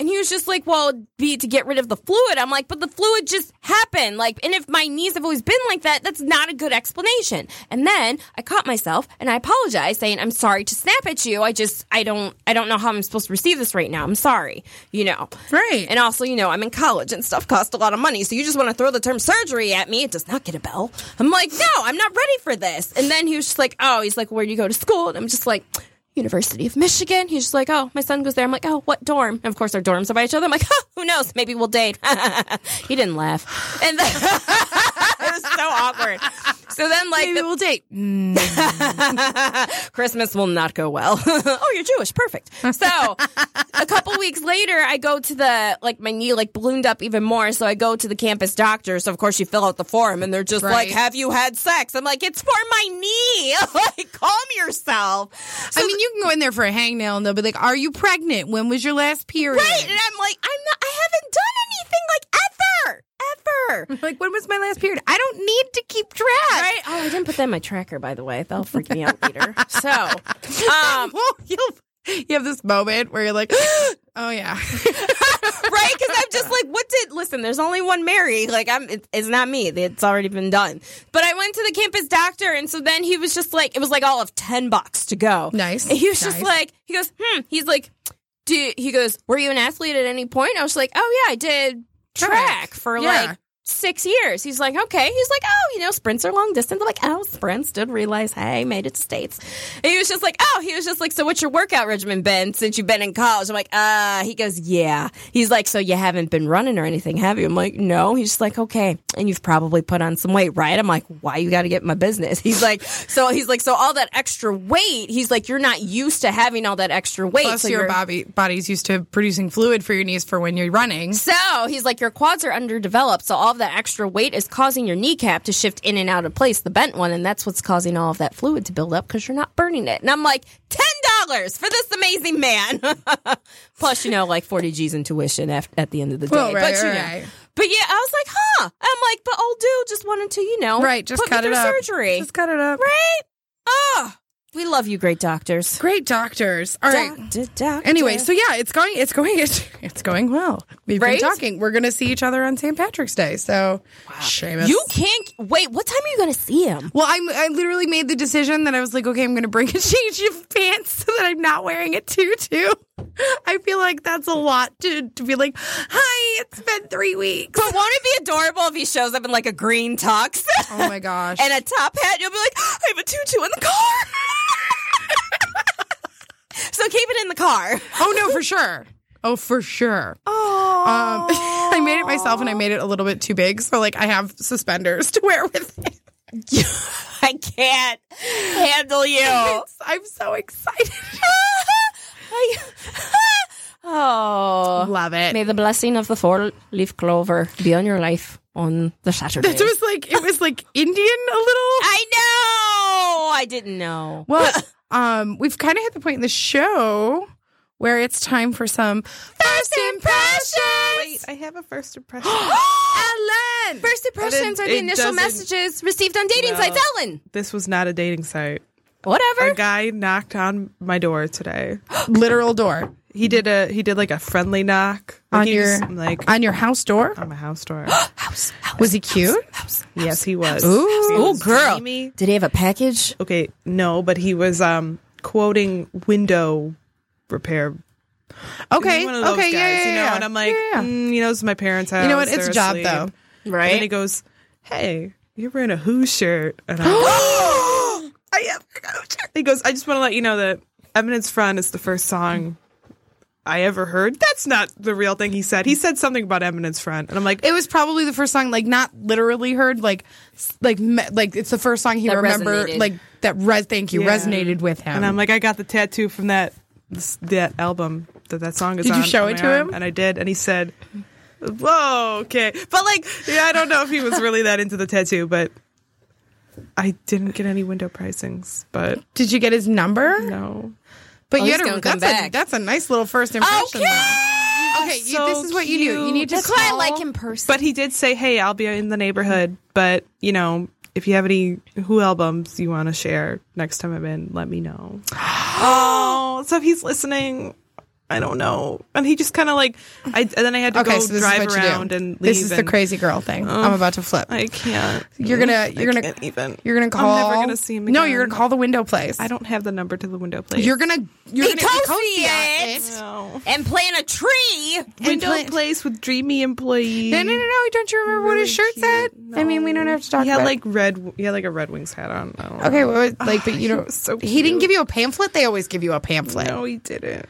And he was just like, "Well, it'd be to get rid of the fluid." I'm like, "But the fluid just happened. Like, and if my knees have always been like that, that's not a good explanation." And then I caught myself and I apologized, saying, "I'm sorry to snap at you. I just, I don't, I don't know how I'm supposed to receive this right now. I'm sorry, you know." Right. And also, you know, I'm in college and stuff costs a lot of money. So you just want to throw the term surgery at me. It does not get a bell. I'm like, no, I'm not ready for this. And then he was just like, oh, he's like, where do you go to school? And I'm just like, University of Michigan. He's just like, oh, my son goes there. I'm like, oh, what dorm? And of course, our dorms are by each other. I'm like, huh, who knows? Maybe we'll date. he didn't laugh. And then it was so awkward. So then, like, the- we'll date. Christmas will not go well. oh, you're Jewish. Perfect. So a couple weeks later, I go to the, like, my knee, like, ballooned up even more. So I go to the campus doctor. So, of course, you fill out the form and they're just like, Right. Have you had sex? I'm like, It's for my knee. like, calm yourself. So, I mean, you can go in there for a hangnail and they'll be like, "Are you pregnant? When was your last period?" right. And I'm like, I'm not, I haven't done anything like ever, ever. Like, when was my last period? I don't need to keep track. Right? Oh, I didn't put that in my tracker, by the way. That'll freak me out later. So, um, Well, you'll, you have this moment where you're like, "Oh yeah." right? Because I'm just like, what did? Listen, there's only one Mary. Like, I'm. It, it's not me. It's already been done. But I went to the campus doctor, and so then he was just like, it was like all of ten bucks to go. Nice, And he was just nice. like, he goes, hmm. He's like, do he goes, were you an athlete at any point? I was like, oh yeah, I did track, Track. for Yeah. like. Six years. He's like, okay. He's like, oh, you know, sprints are long distance. I'm like, oh, sprints. Did realize, hey, made it to states. And he was just like, oh, he was just like, so what's your workout regimen been since you've been in college? I'm like, uh, he goes, yeah. He's like, so you haven't been running or anything, have you? I'm like, no. He's just like, okay. And you've probably put on some weight, right? I'm like, why you got to get in my business? He's like, so he's like, so all that extra weight, he's like, you're not used to having all that extra weight. Plus, so your you're- body body's used to producing fluid for your knees for when you're running. So he's like, your quads are underdeveloped, so all of that extra weight is causing your kneecap to shift in and out of place, the bent one, and that's what's causing all of that fluid to build up because you're not burning it. And I'm like, ten dollars for this amazing man, plus you know like forty G's in tuition af- at the end of the day. Well, right, but you right, know. right. but yeah, I was like, huh? I'm like, but old dude just wanted to, you know, Right, just put cut me it through up. surgery, Just cut it up. right? Oh, We love you, great doctors. Great doctors. All right. Doctor, doctor. Anyway, so yeah, it's going, it's going, it's, it's going well. We've Right? been talking. We're going to see each other on St. Patrick's Day. So, Seamus. you can't wait. What time are you going to see him? Well, I'm, I literally made the decision that I was like, okay, I'm going to bring a change of pants so that I'm not wearing a tutu. I feel like that's a lot to, to be like, hi, it's been three weeks. But won't it be adorable if he shows up in like a green tux Oh my gosh. and a top hat? You'll be like, I have a tutu in the car. so keep it in the car. oh no, for sure. Oh, for sure. Um, I made it myself and I made it a little bit too big. So, like, I have suspenders to wear with it. I can't handle you. I'm so excited. I- oh. Love it. May the blessing of the four leaf clover be on your life on the Saturday. It was like, it was like Indian a little. I know. I didn't know. Well, um, we've kind of hit the point in the show where it's time for some first Wait, impressions. I have a first impression. Ellen, First impressions are the it initial doesn't- messages received on dating No. sites. Ellen, this was not a dating site. whatever. A guy knocked on my door today. literal door He did a he did like a friendly knock. Like on he your was, I'm like on your house door. on my house door. Was he cute? yes, he was. Ooh. Oh, girl. Jamie. Did he have a package? Okay, no, but he was um quoting window repair Okay, He's one of those okay, guys, yeah, yeah, yeah, you know, and I'm like, yeah, yeah. "Mm, you know, this is my parents' house. you know what? It's they're a job asleep." though. And then Right. he goes, "Hey, you're wearing a Who shirt," and I'm like, "I am." wearing a Who shirt." He goes, "I just want to let you know that Eminence Front is the first song." I ever heard. That's not the real thing he said. He said something about Eminence Front, and I'm like, It was probably the first song, like not literally heard, like s- like me- like it's the first song he That remembered, resonated. like that. Res- thank you, Yeah. resonated with him. and I'm like, I got the tattoo from that this, that album that that song is Did on. you show on it my to arm. him? And I did, and he said, "Whoa, okay." But like, yeah, I don't know if he was really that into the tattoo, but I didn't get any window pricings. But Did you get his number? no, But you Oh, he's had a, gonna come that's, a, back. that's a nice little first impression. Okay. though. Okay, you, So this is what you do. You cute. need to That's why I call- like in person. but he did say, "Hey, I'll be in the neighborhood." But you know, if you have any Who albums you want to share next time I'm in, let me know. oh, so if he's listening. I don't know, and he just kind of like, I and then I had to Okay, go so this drive is what around you do. and leave. This is the and- crazy girl thing. I'm about to flip. I can't. You're gonna- you're I gonna- can't even. You're gonna call. I'm never gonna see him. Again. No, you're gonna call the window place. I don't have the number to the window place. You're gonna. You're gonna Ecosia Ecosia no. and plant a tree. window pla- place with dreamy employee. No, no, no, no. Don't you remember what his Really shirt cute. said? I mean, we don't have to talk He about. had it. like red. He had like a Red Wings hat on. I don't know. Okay, well, like, but you know, was so Ah, he didn't cute. give you a pamphlet. They always give you a pamphlet. No, he didn't.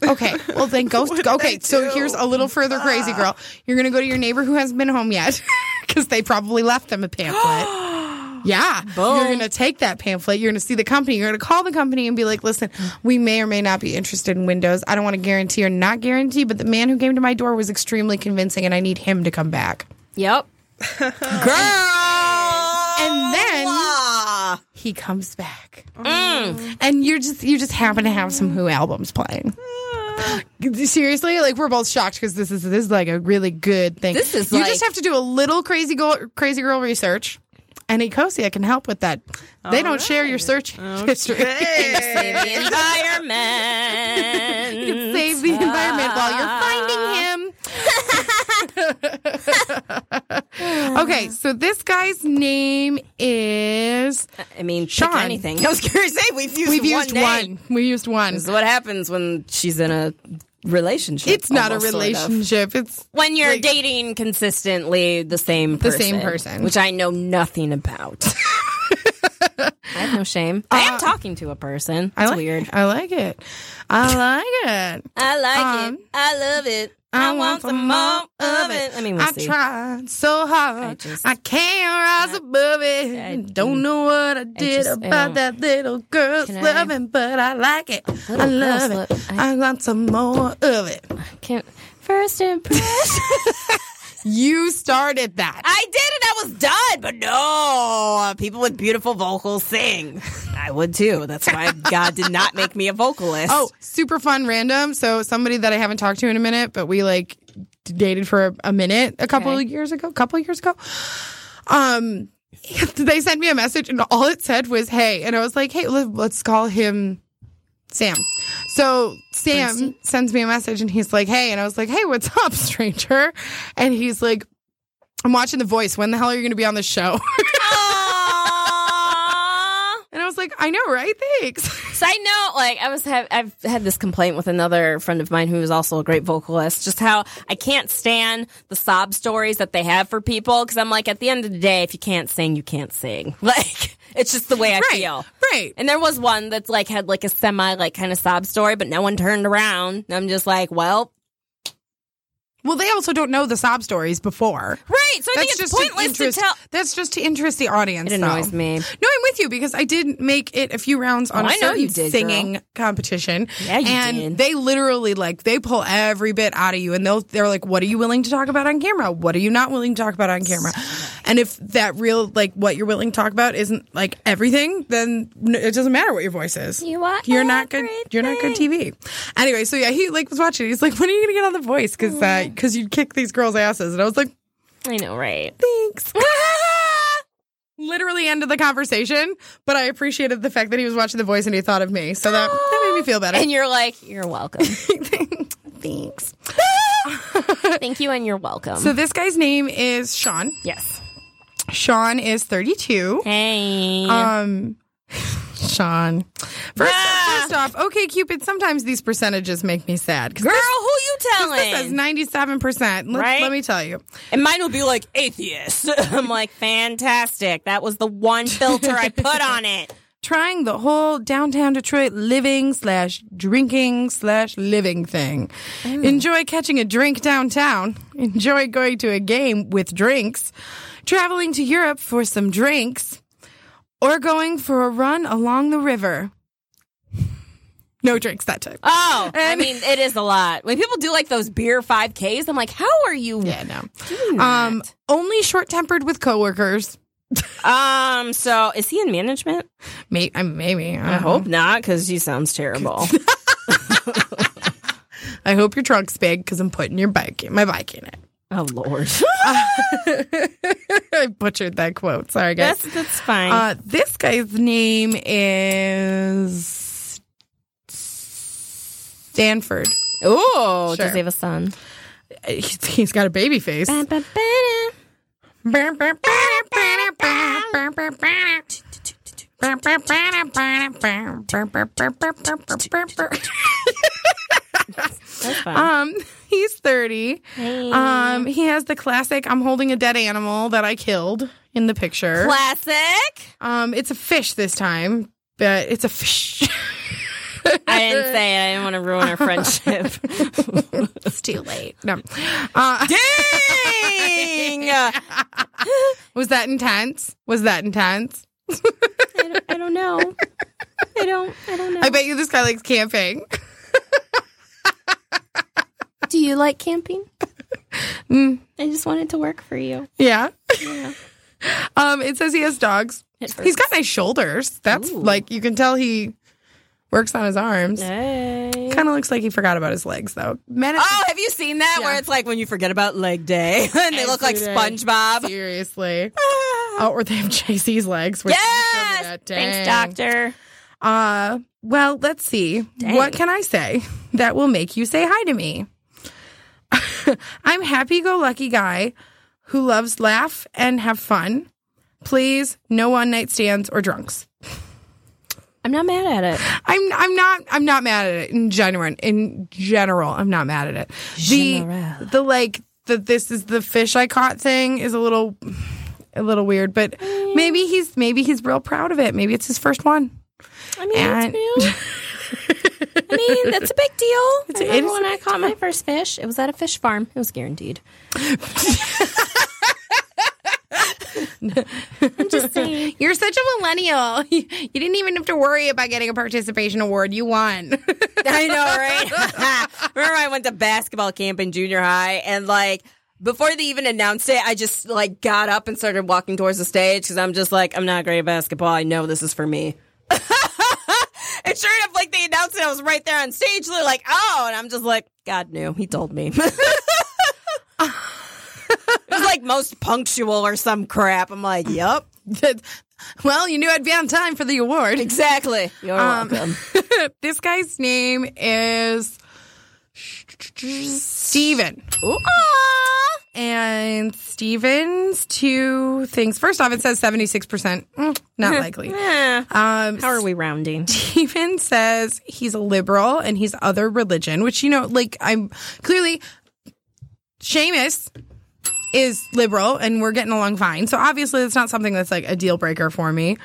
Okay, well then go. What did okay, I so do? Ah. here's a little further crazy girl. You're gonna go to your neighbor who hasn't been home yet because they probably left them a pamphlet. Yeah, you're gonna take that pamphlet. You're gonna see the company. You're gonna call the company and be like, "Listen, we may or may not be interested in windows. I don't want to guarantee or not guarantee, but the man who came to my door was extremely convincing, and I need him to come back." Yep. Girl. And then- He comes back, Mm. and you're just you just happen to have some Who albums playing. Mm. Seriously, like we're both shocked because this is this is like a really good thing. This is you like- just have to do a little crazy girl, crazy girl research, and Ecosia can help with that. They don't share your search history. the environment. Save the environment while you're finding him. okay, so this guy's name is I mean, pick Sean. anything. I was going to say we've used we've used name. one. We used one. This is what happens when she's in a relationship. It's not a almost, sort of. relationship. It's When you're Like- dating consistently the same person, same person. which I know nothing about. I have no shame. I am talking to a person. Uh, I It's like, weird. I like it. I like it. I like Um, it. I love it. I, want some more of it. I mean, we'll I see. tried so hard. I, I just- can't rise above it. I don't know what I did just- I about don't- that little girl's Can I- loving, but I like it. I girl's love it. love- I, want some more of it. Can't, first impression. You started that. I did and I was done, but no, people with beautiful vocals sing. I would too. That's why God did not make me a vocalist. Oh, super fun random. So somebody that I haven't talked to in a minute, but we like dated for a, a minute a couple Okay. of years ago, a couple of years ago. Um they sent me a message and all it said was hey and i was like hey let- let's call him sam so sam sends me a message and he's like hey and i was like hey what's up stranger and he's like i'm watching the voice when the hell are you going to be on the show Aww. and i was like i know right thanks Side note, like I was, have, I've had this complaint with another friend of mine who is also a great vocalist. Just how I can't stand the sob stories that they have for people because I'm like, at the end of the day, if you can't sing, you can't sing. Like it's just the way I feel. right And there was one that's like had like a semi like kind of sob story, but no one turned around. And I'm just like, well, well they also don't know the sob stories before right. So I that's think it's just to pointless interest to tell. that's just to interest the audience It annoys though. me. No, I'm with you because I did make it a few rounds on Oh, a I know certain you did, singing competition. Yeah, you and did. they literally like they pull every bit out of you, and they'll they're like, "What are you willing to talk about on camera? What are you not willing to talk about on camera?" And if that real like what you're willing to talk about isn't like everything, then n- it doesn't matter what your voice is. You are you're not good. You're not good TV. Anyway, so yeah, he like was watching. He's like, "When are you gonna get on the Voice?" Because because you'd kick these girls' asses, and I was like, I know, right? "Thanks." literally ended the conversation, but I appreciated the fact that he was watching The Voice and he thought of me. So that, that made me feel better. and you're like, you're welcome. thanks. Thank you, and you're welcome. So this guy's name is Sean. yes. Sean is 32. Hey. Um, Sean. First, Ah. first off, okay, Cupid, sometimes these percentages make me sad. Because Girl, who you this says telling? 97%. Let's- Right? Let me tell you. and mine will be like atheist. I'm like, fantastic. That was the one filter I put on it. trying the whole downtown Detroit living slash drinking slash living thing. Mm. Enjoy catching a drink downtown. Enjoy going to a game with drinks. Traveling to Europe for some drinks. Or going for a run along the river. No drinks that time. Oh, I And- mean, it is a lot. When people do like those beer 5Ks, I'm like, how are you? Yeah, no. doing Um, that? only short tempered with coworkers. Um, so is he in management? Mm-hmm. Maybe, maybe. I, I hope. hope not, because he sounds terrible. I hope your trunk's big because I'm putting your bike, my bike in it. oh Lord. I butchered that quote. Sorry, guys. that's that's fine. Uh, this guy's name is Stanford. oh, sure. does he have a son? He's- he's got a baby face. That's fine. Um, he's 30. Um, he has the classic I'm holding a dead animal that I killed in the picture. Classic. Um, it's a fish this time, but it's a fish. I didn't say it. I didn't want to ruin our friendship. it's too late. No. Uh, Dang! I, was that intense? Was that intense? don't, I don't know. I don't. I don't know. I bet you this guy likes camping. Do you like camping? I just wanted to work for you. yeah. Yeah. Um, it says he has dogs. It hurts. He's got nice shoulders. That's Ooh. like you can tell he works on his arms. Hey. Kind of looks like he forgot about his legs though. Men Oh, have you seen that? Where Yeah. it's like when you forget about leg day and they look like Every day. SpongeBob. seriously. oh, or they have JC's legs. which- Yes. Thanks, Dang. doctor. Uh, well, let's see. What can I say that will make you say hi to me? I'm happy go lucky guy who loves laugh and have fun. Please, no one night stands or drunks. I'm not mad at it. I'm I'm not I'm not mad at it in general. In general, I'm not mad at it. The General. the like the this is the fish I caught thing is a little a little weird, but maybe he's maybe he's real proud of it. Maybe it's his first one. I mean, And- that's real. I mean, that's a big deal. I it remember is when a I caught my first fish. It was at a fish farm. It was guaranteed. I'm just saying. You're such a millennial. You didn't even have to worry about getting a participation award. You won. I know, right? Remember, I went to basketball camp in junior high, and like before they even announced it, I just like got up and started walking towards the stage because I'm just like, I'm not great at basketball. I know this is for me. and sure enough, like they announced it, I was right there on stage. They're like, oh, and I'm just like, God knew. He told me. it was like most punctual or some crap. I'm like, yep. that- well, you knew I'd be on time for the award. Exactly. You're Um, welcome. this guy's name is Steven. Ooh, ah. aw. And Steven's two things. First off, it says 76%. Mm, not likely. Eh, Um, How are we rounding? Steven says he's a liberal and he's other religion, which, you know, like I'm clearly Seamus is liberal and we're getting along fine. So obviously that's not something that's like a deal breaker for me.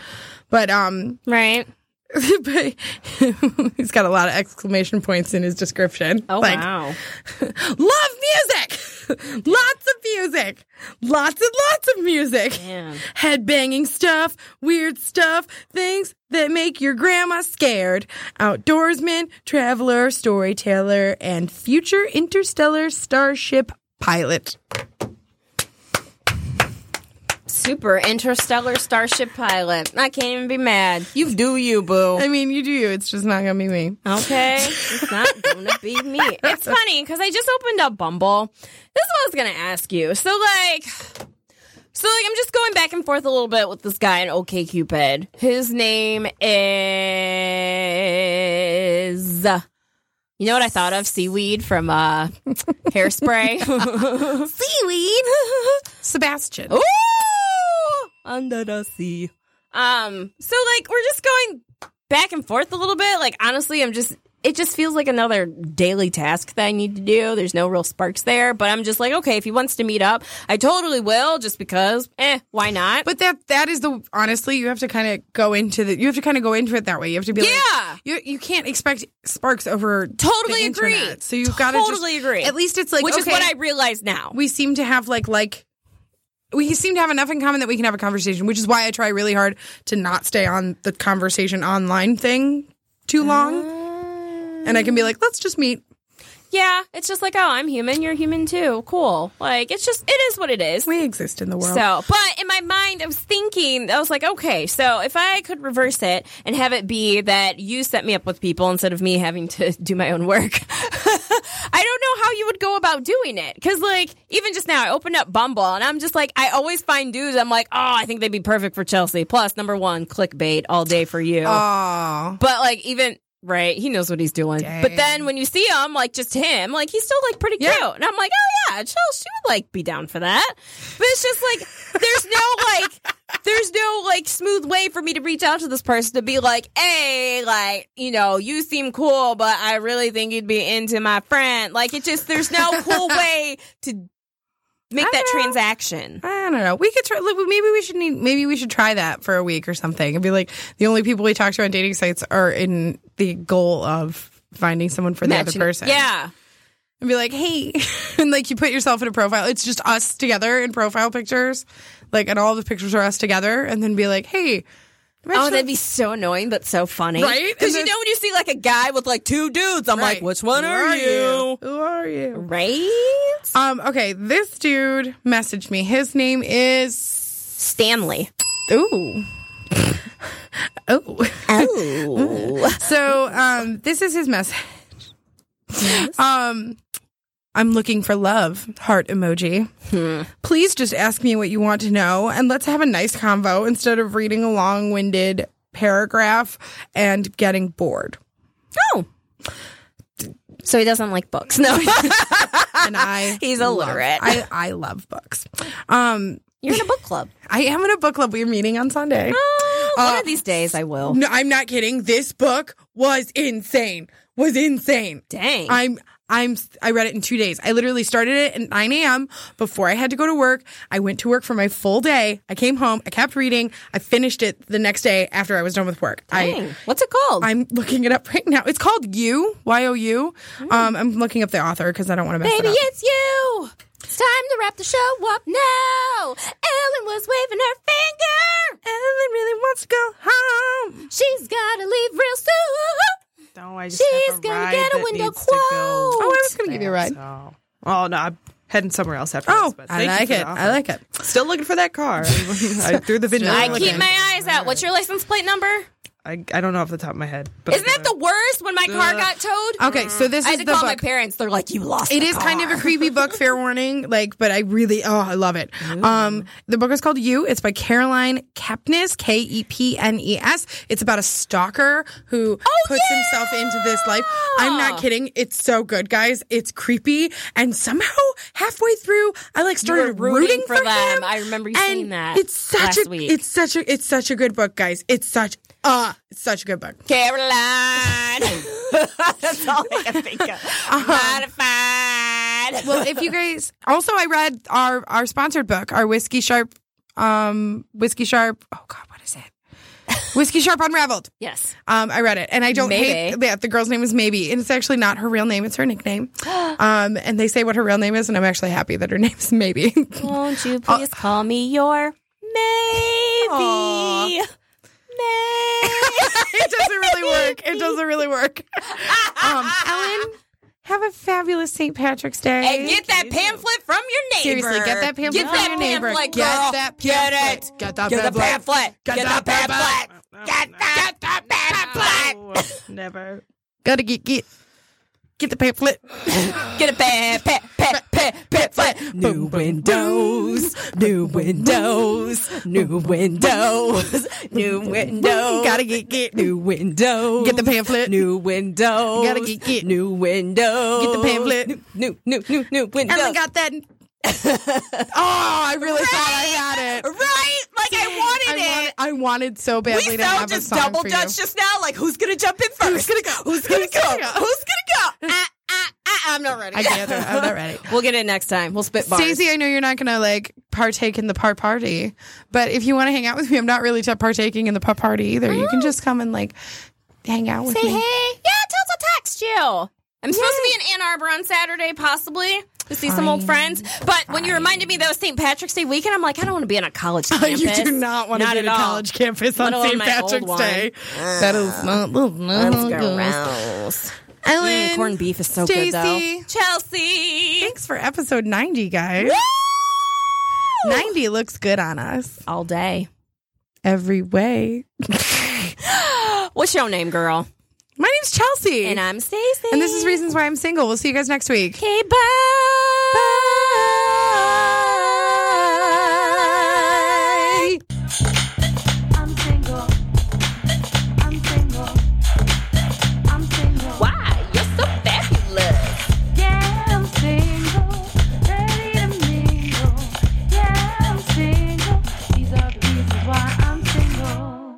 But um Right. but he's got a lot of exclamation points in his description. Oh like, wow. Love music! lots of music! Lots and lots of music! Man. Head banging stuff, weird stuff, things that make your grandma scared. Outdoorsman, traveler, storyteller, and future interstellar starship pilot. Super interstellar starship pilot. I can't even be mad. You do you, boo. I mean, you do you, it's just not gonna be me. Okay, it's not gonna be me. It's funny because I just opened up Bumble. This is what I was gonna ask you. So like, so like, I'm just going back and forth a little bit with this guy in OK Cupid. His name is. You know what I thought of? Seaweed from uh, Hairspray. Seaweed. Sebastian. Oh, Ooh, under the sea. Um, so like we're just going back and forth a little bit. Like honestly, I'm just it just feels like another daily task that I need to do. There's no real sparks there, but I'm just like, okay, if he wants to meet up, I totally will, just because. Eh, why not? But that that is the honestly, you have to kind of go into the you have to kind of go into it that way. You have to be Yeah. like, you you can't expect sparks over Totally the agree. internet. So you've got to Totally agree. At least it's like Which is okay, what I realize now. we seem to have like like we seem to have enough in common that we can have a conversation, which is why I try really hard to not stay on the conversation online thing too long. Ah. and I can be like, let's just meet. yeah, it's just like, oh, I'm human, you're human too. Cool. Like it's just it is what it is. We exist in the world. So, but in my mind, I was thinking, I was like, okay, so if I could reverse it and have it be that you set me up with people instead of me having to do my own work, I don't know how you would go about doing it. Cause like, even just now, I opened up Bumble and I'm just like, I always find dudes, I'm like, oh, I think they'd be perfect for Chelsea. Plus, number one, clickbait all day for you. Oh, Aw. but like, even. Right, he knows what he's doing. But Dang. then when you see him, like just him, like he's still like pretty Yeah. cute, and I'm like, oh yeah, Chelsea would like be down for that. But it's just like there's no like there's no like smooth way for me to reach out to this person to be like, hey, like you know, you seem cool, but I really think you'd be into my friend. Like it just there's no cool way to make that know. transaction. I don't know. We could try. look, Maybe we should need. Maybe we should try that for a week or something, and be like, the only people we talk to on dating sites are in the goal of finding someone for the other Matching- person. Yeah. and be like, hey, and like you put yourself in a profile. It's just us together in profile pictures, like, and all the pictures are us together, and then be like, hey, Oh, that'd be so annoying, but so funny, Right? Because And then- you know when you see like a guy with like two dudes, I'm like, Right. which one Who are, you? Who are you? Right? Um. Okay, this dude messaged me. His name is Stanley. ooh. Oh, Oh. so um, this is his message. Um, I'm looking for love, heart emoji. Please just ask me what you want to know and let's have a nice convo instead of reading a long winded paragraph and getting bored. oh. So he doesn't like books. No. And I He's love- illiterate. I, I love books. Um, You're in a book club. I am in a book club. We're meeting on Sunday. One Uh, of these days I will. No, I'm not kidding. This book was insane. Was insane. Dang. I'm I'm I read it in two days. I literally started it at 9 a.m. before I had to go to work. I went to work for my full day. I came home. I kept reading. I finished it the next day after I was done with work. Dang. I What's it called? I'm looking it up right now. It's called You Y O U. Um, I'm looking up the author because I don't want to mess Baby, it up. Mm. it's you. It's time to wrap the show up now. Ellen was waving her finger. Ellen really wants to go home. She's got to leave real soon. No, I just She's have a gonna ride get a that window needs to go quote. Oh, I was gonna give you a ride. So. Oh no, I'm heading somewhere else after Oh, this. But I thank you like for the it. I offer. like it. Still looking for that car I, through the Still window. I looking. keep my eyes out. What's your license plate number? I, I don't know off the top of my head. But Isn't that the worst when my car got towed? Okay, so this I is had to the call book. my parents. They're like, you lost It the is kind of a car." creepy book, fair warning. Like, but I really, oh, I love it. Um, the book is called You. It's by Caroline Kepnes, K E P N E S. It's about a stalker who Oh, puts himself into this life. I'm not kidding. It's so good, guys. It's creepy, and somehow halfway through, I like were started rooting for him, them. I remember you and saying that It's such last a, week. it's such a, it's such a good book, guys. It's such, uh, it's such a good book. Caroline. That's all I can think of. Uh-huh. Modified. well, if you guys also, I read our our sponsored book, our whiskey sharp, um, whiskey sharp. Oh God, what is it? Whiskey Sharp Unraveled. yes. Um, I read it, and I don't hate Maybe. that the girl's name is Maybe, and it's actually not her real name; it's her nickname. Um, and they say what her real name is, and I'm actually happy that her name's Maybe. Won't you Oh. please call me your maybe? May. it doesn't really work. It doesn't really work. Um, Ellen, have a fabulous St. Patrick's Day. and get that pamphlet from your neighbor. Seriously, get that pamphlet Get from that your neighbor. pamphlet, Get girl. that Get pamphlet. it. Get that Get the pamphlet. pamphlet. Get Get that the pamphlet. pamphlet. Get the pamphlet. Never. Gotta get get get the pamphlet. Get a pet, pet, pet, pet, pet foot. New windows, new windows, new windows, new windows. Gotta get get new windows. Get the pamphlet. New windows. Gotta get- get- new windows. Get the pamphlet. New, new, new, new, new windows. And I got that. oh, I really thought I had it. Right? Like I wanted I, it. wanted, I wanted so badly we to so have just a song double for dutch you. just now. Like who's gonna jump in first? Who's gonna go? Who's gonna go? Who's gonna go? Ah, ah, ah, I'm not ready. I can't. do it. I'm not oh, ready. We'll get it next time. We'll spit bars. Stacey, I know you're not gonna like partake in the par party, but if you want to hang out with me, I'm not really t- partaking in the par party either. You can just come and like hang out with Say me. hey. Yeah, tell us to text you. I'm supposed to be in Ann Arbor on Saturday, possibly, to see some old friends. But when you reminded me that was St. Patrick's Day weekend, I'm like, I don't want to be on a college campus. You do not want to Not be at to all. college campus on Let alone St. my old Patrick's one. Day. That is not. Let's Let's go rouse. Ellen, Mm, corned beef is so good, Stacey. though. Chelsea. Thanks for episode 90, guys. 90 looks good on us All day. every way. What's your name, girl? My name's Chelsea. And I'm Stacey. and this is Reasons Why I'm Single. We'll see you guys next week. Okay, bye.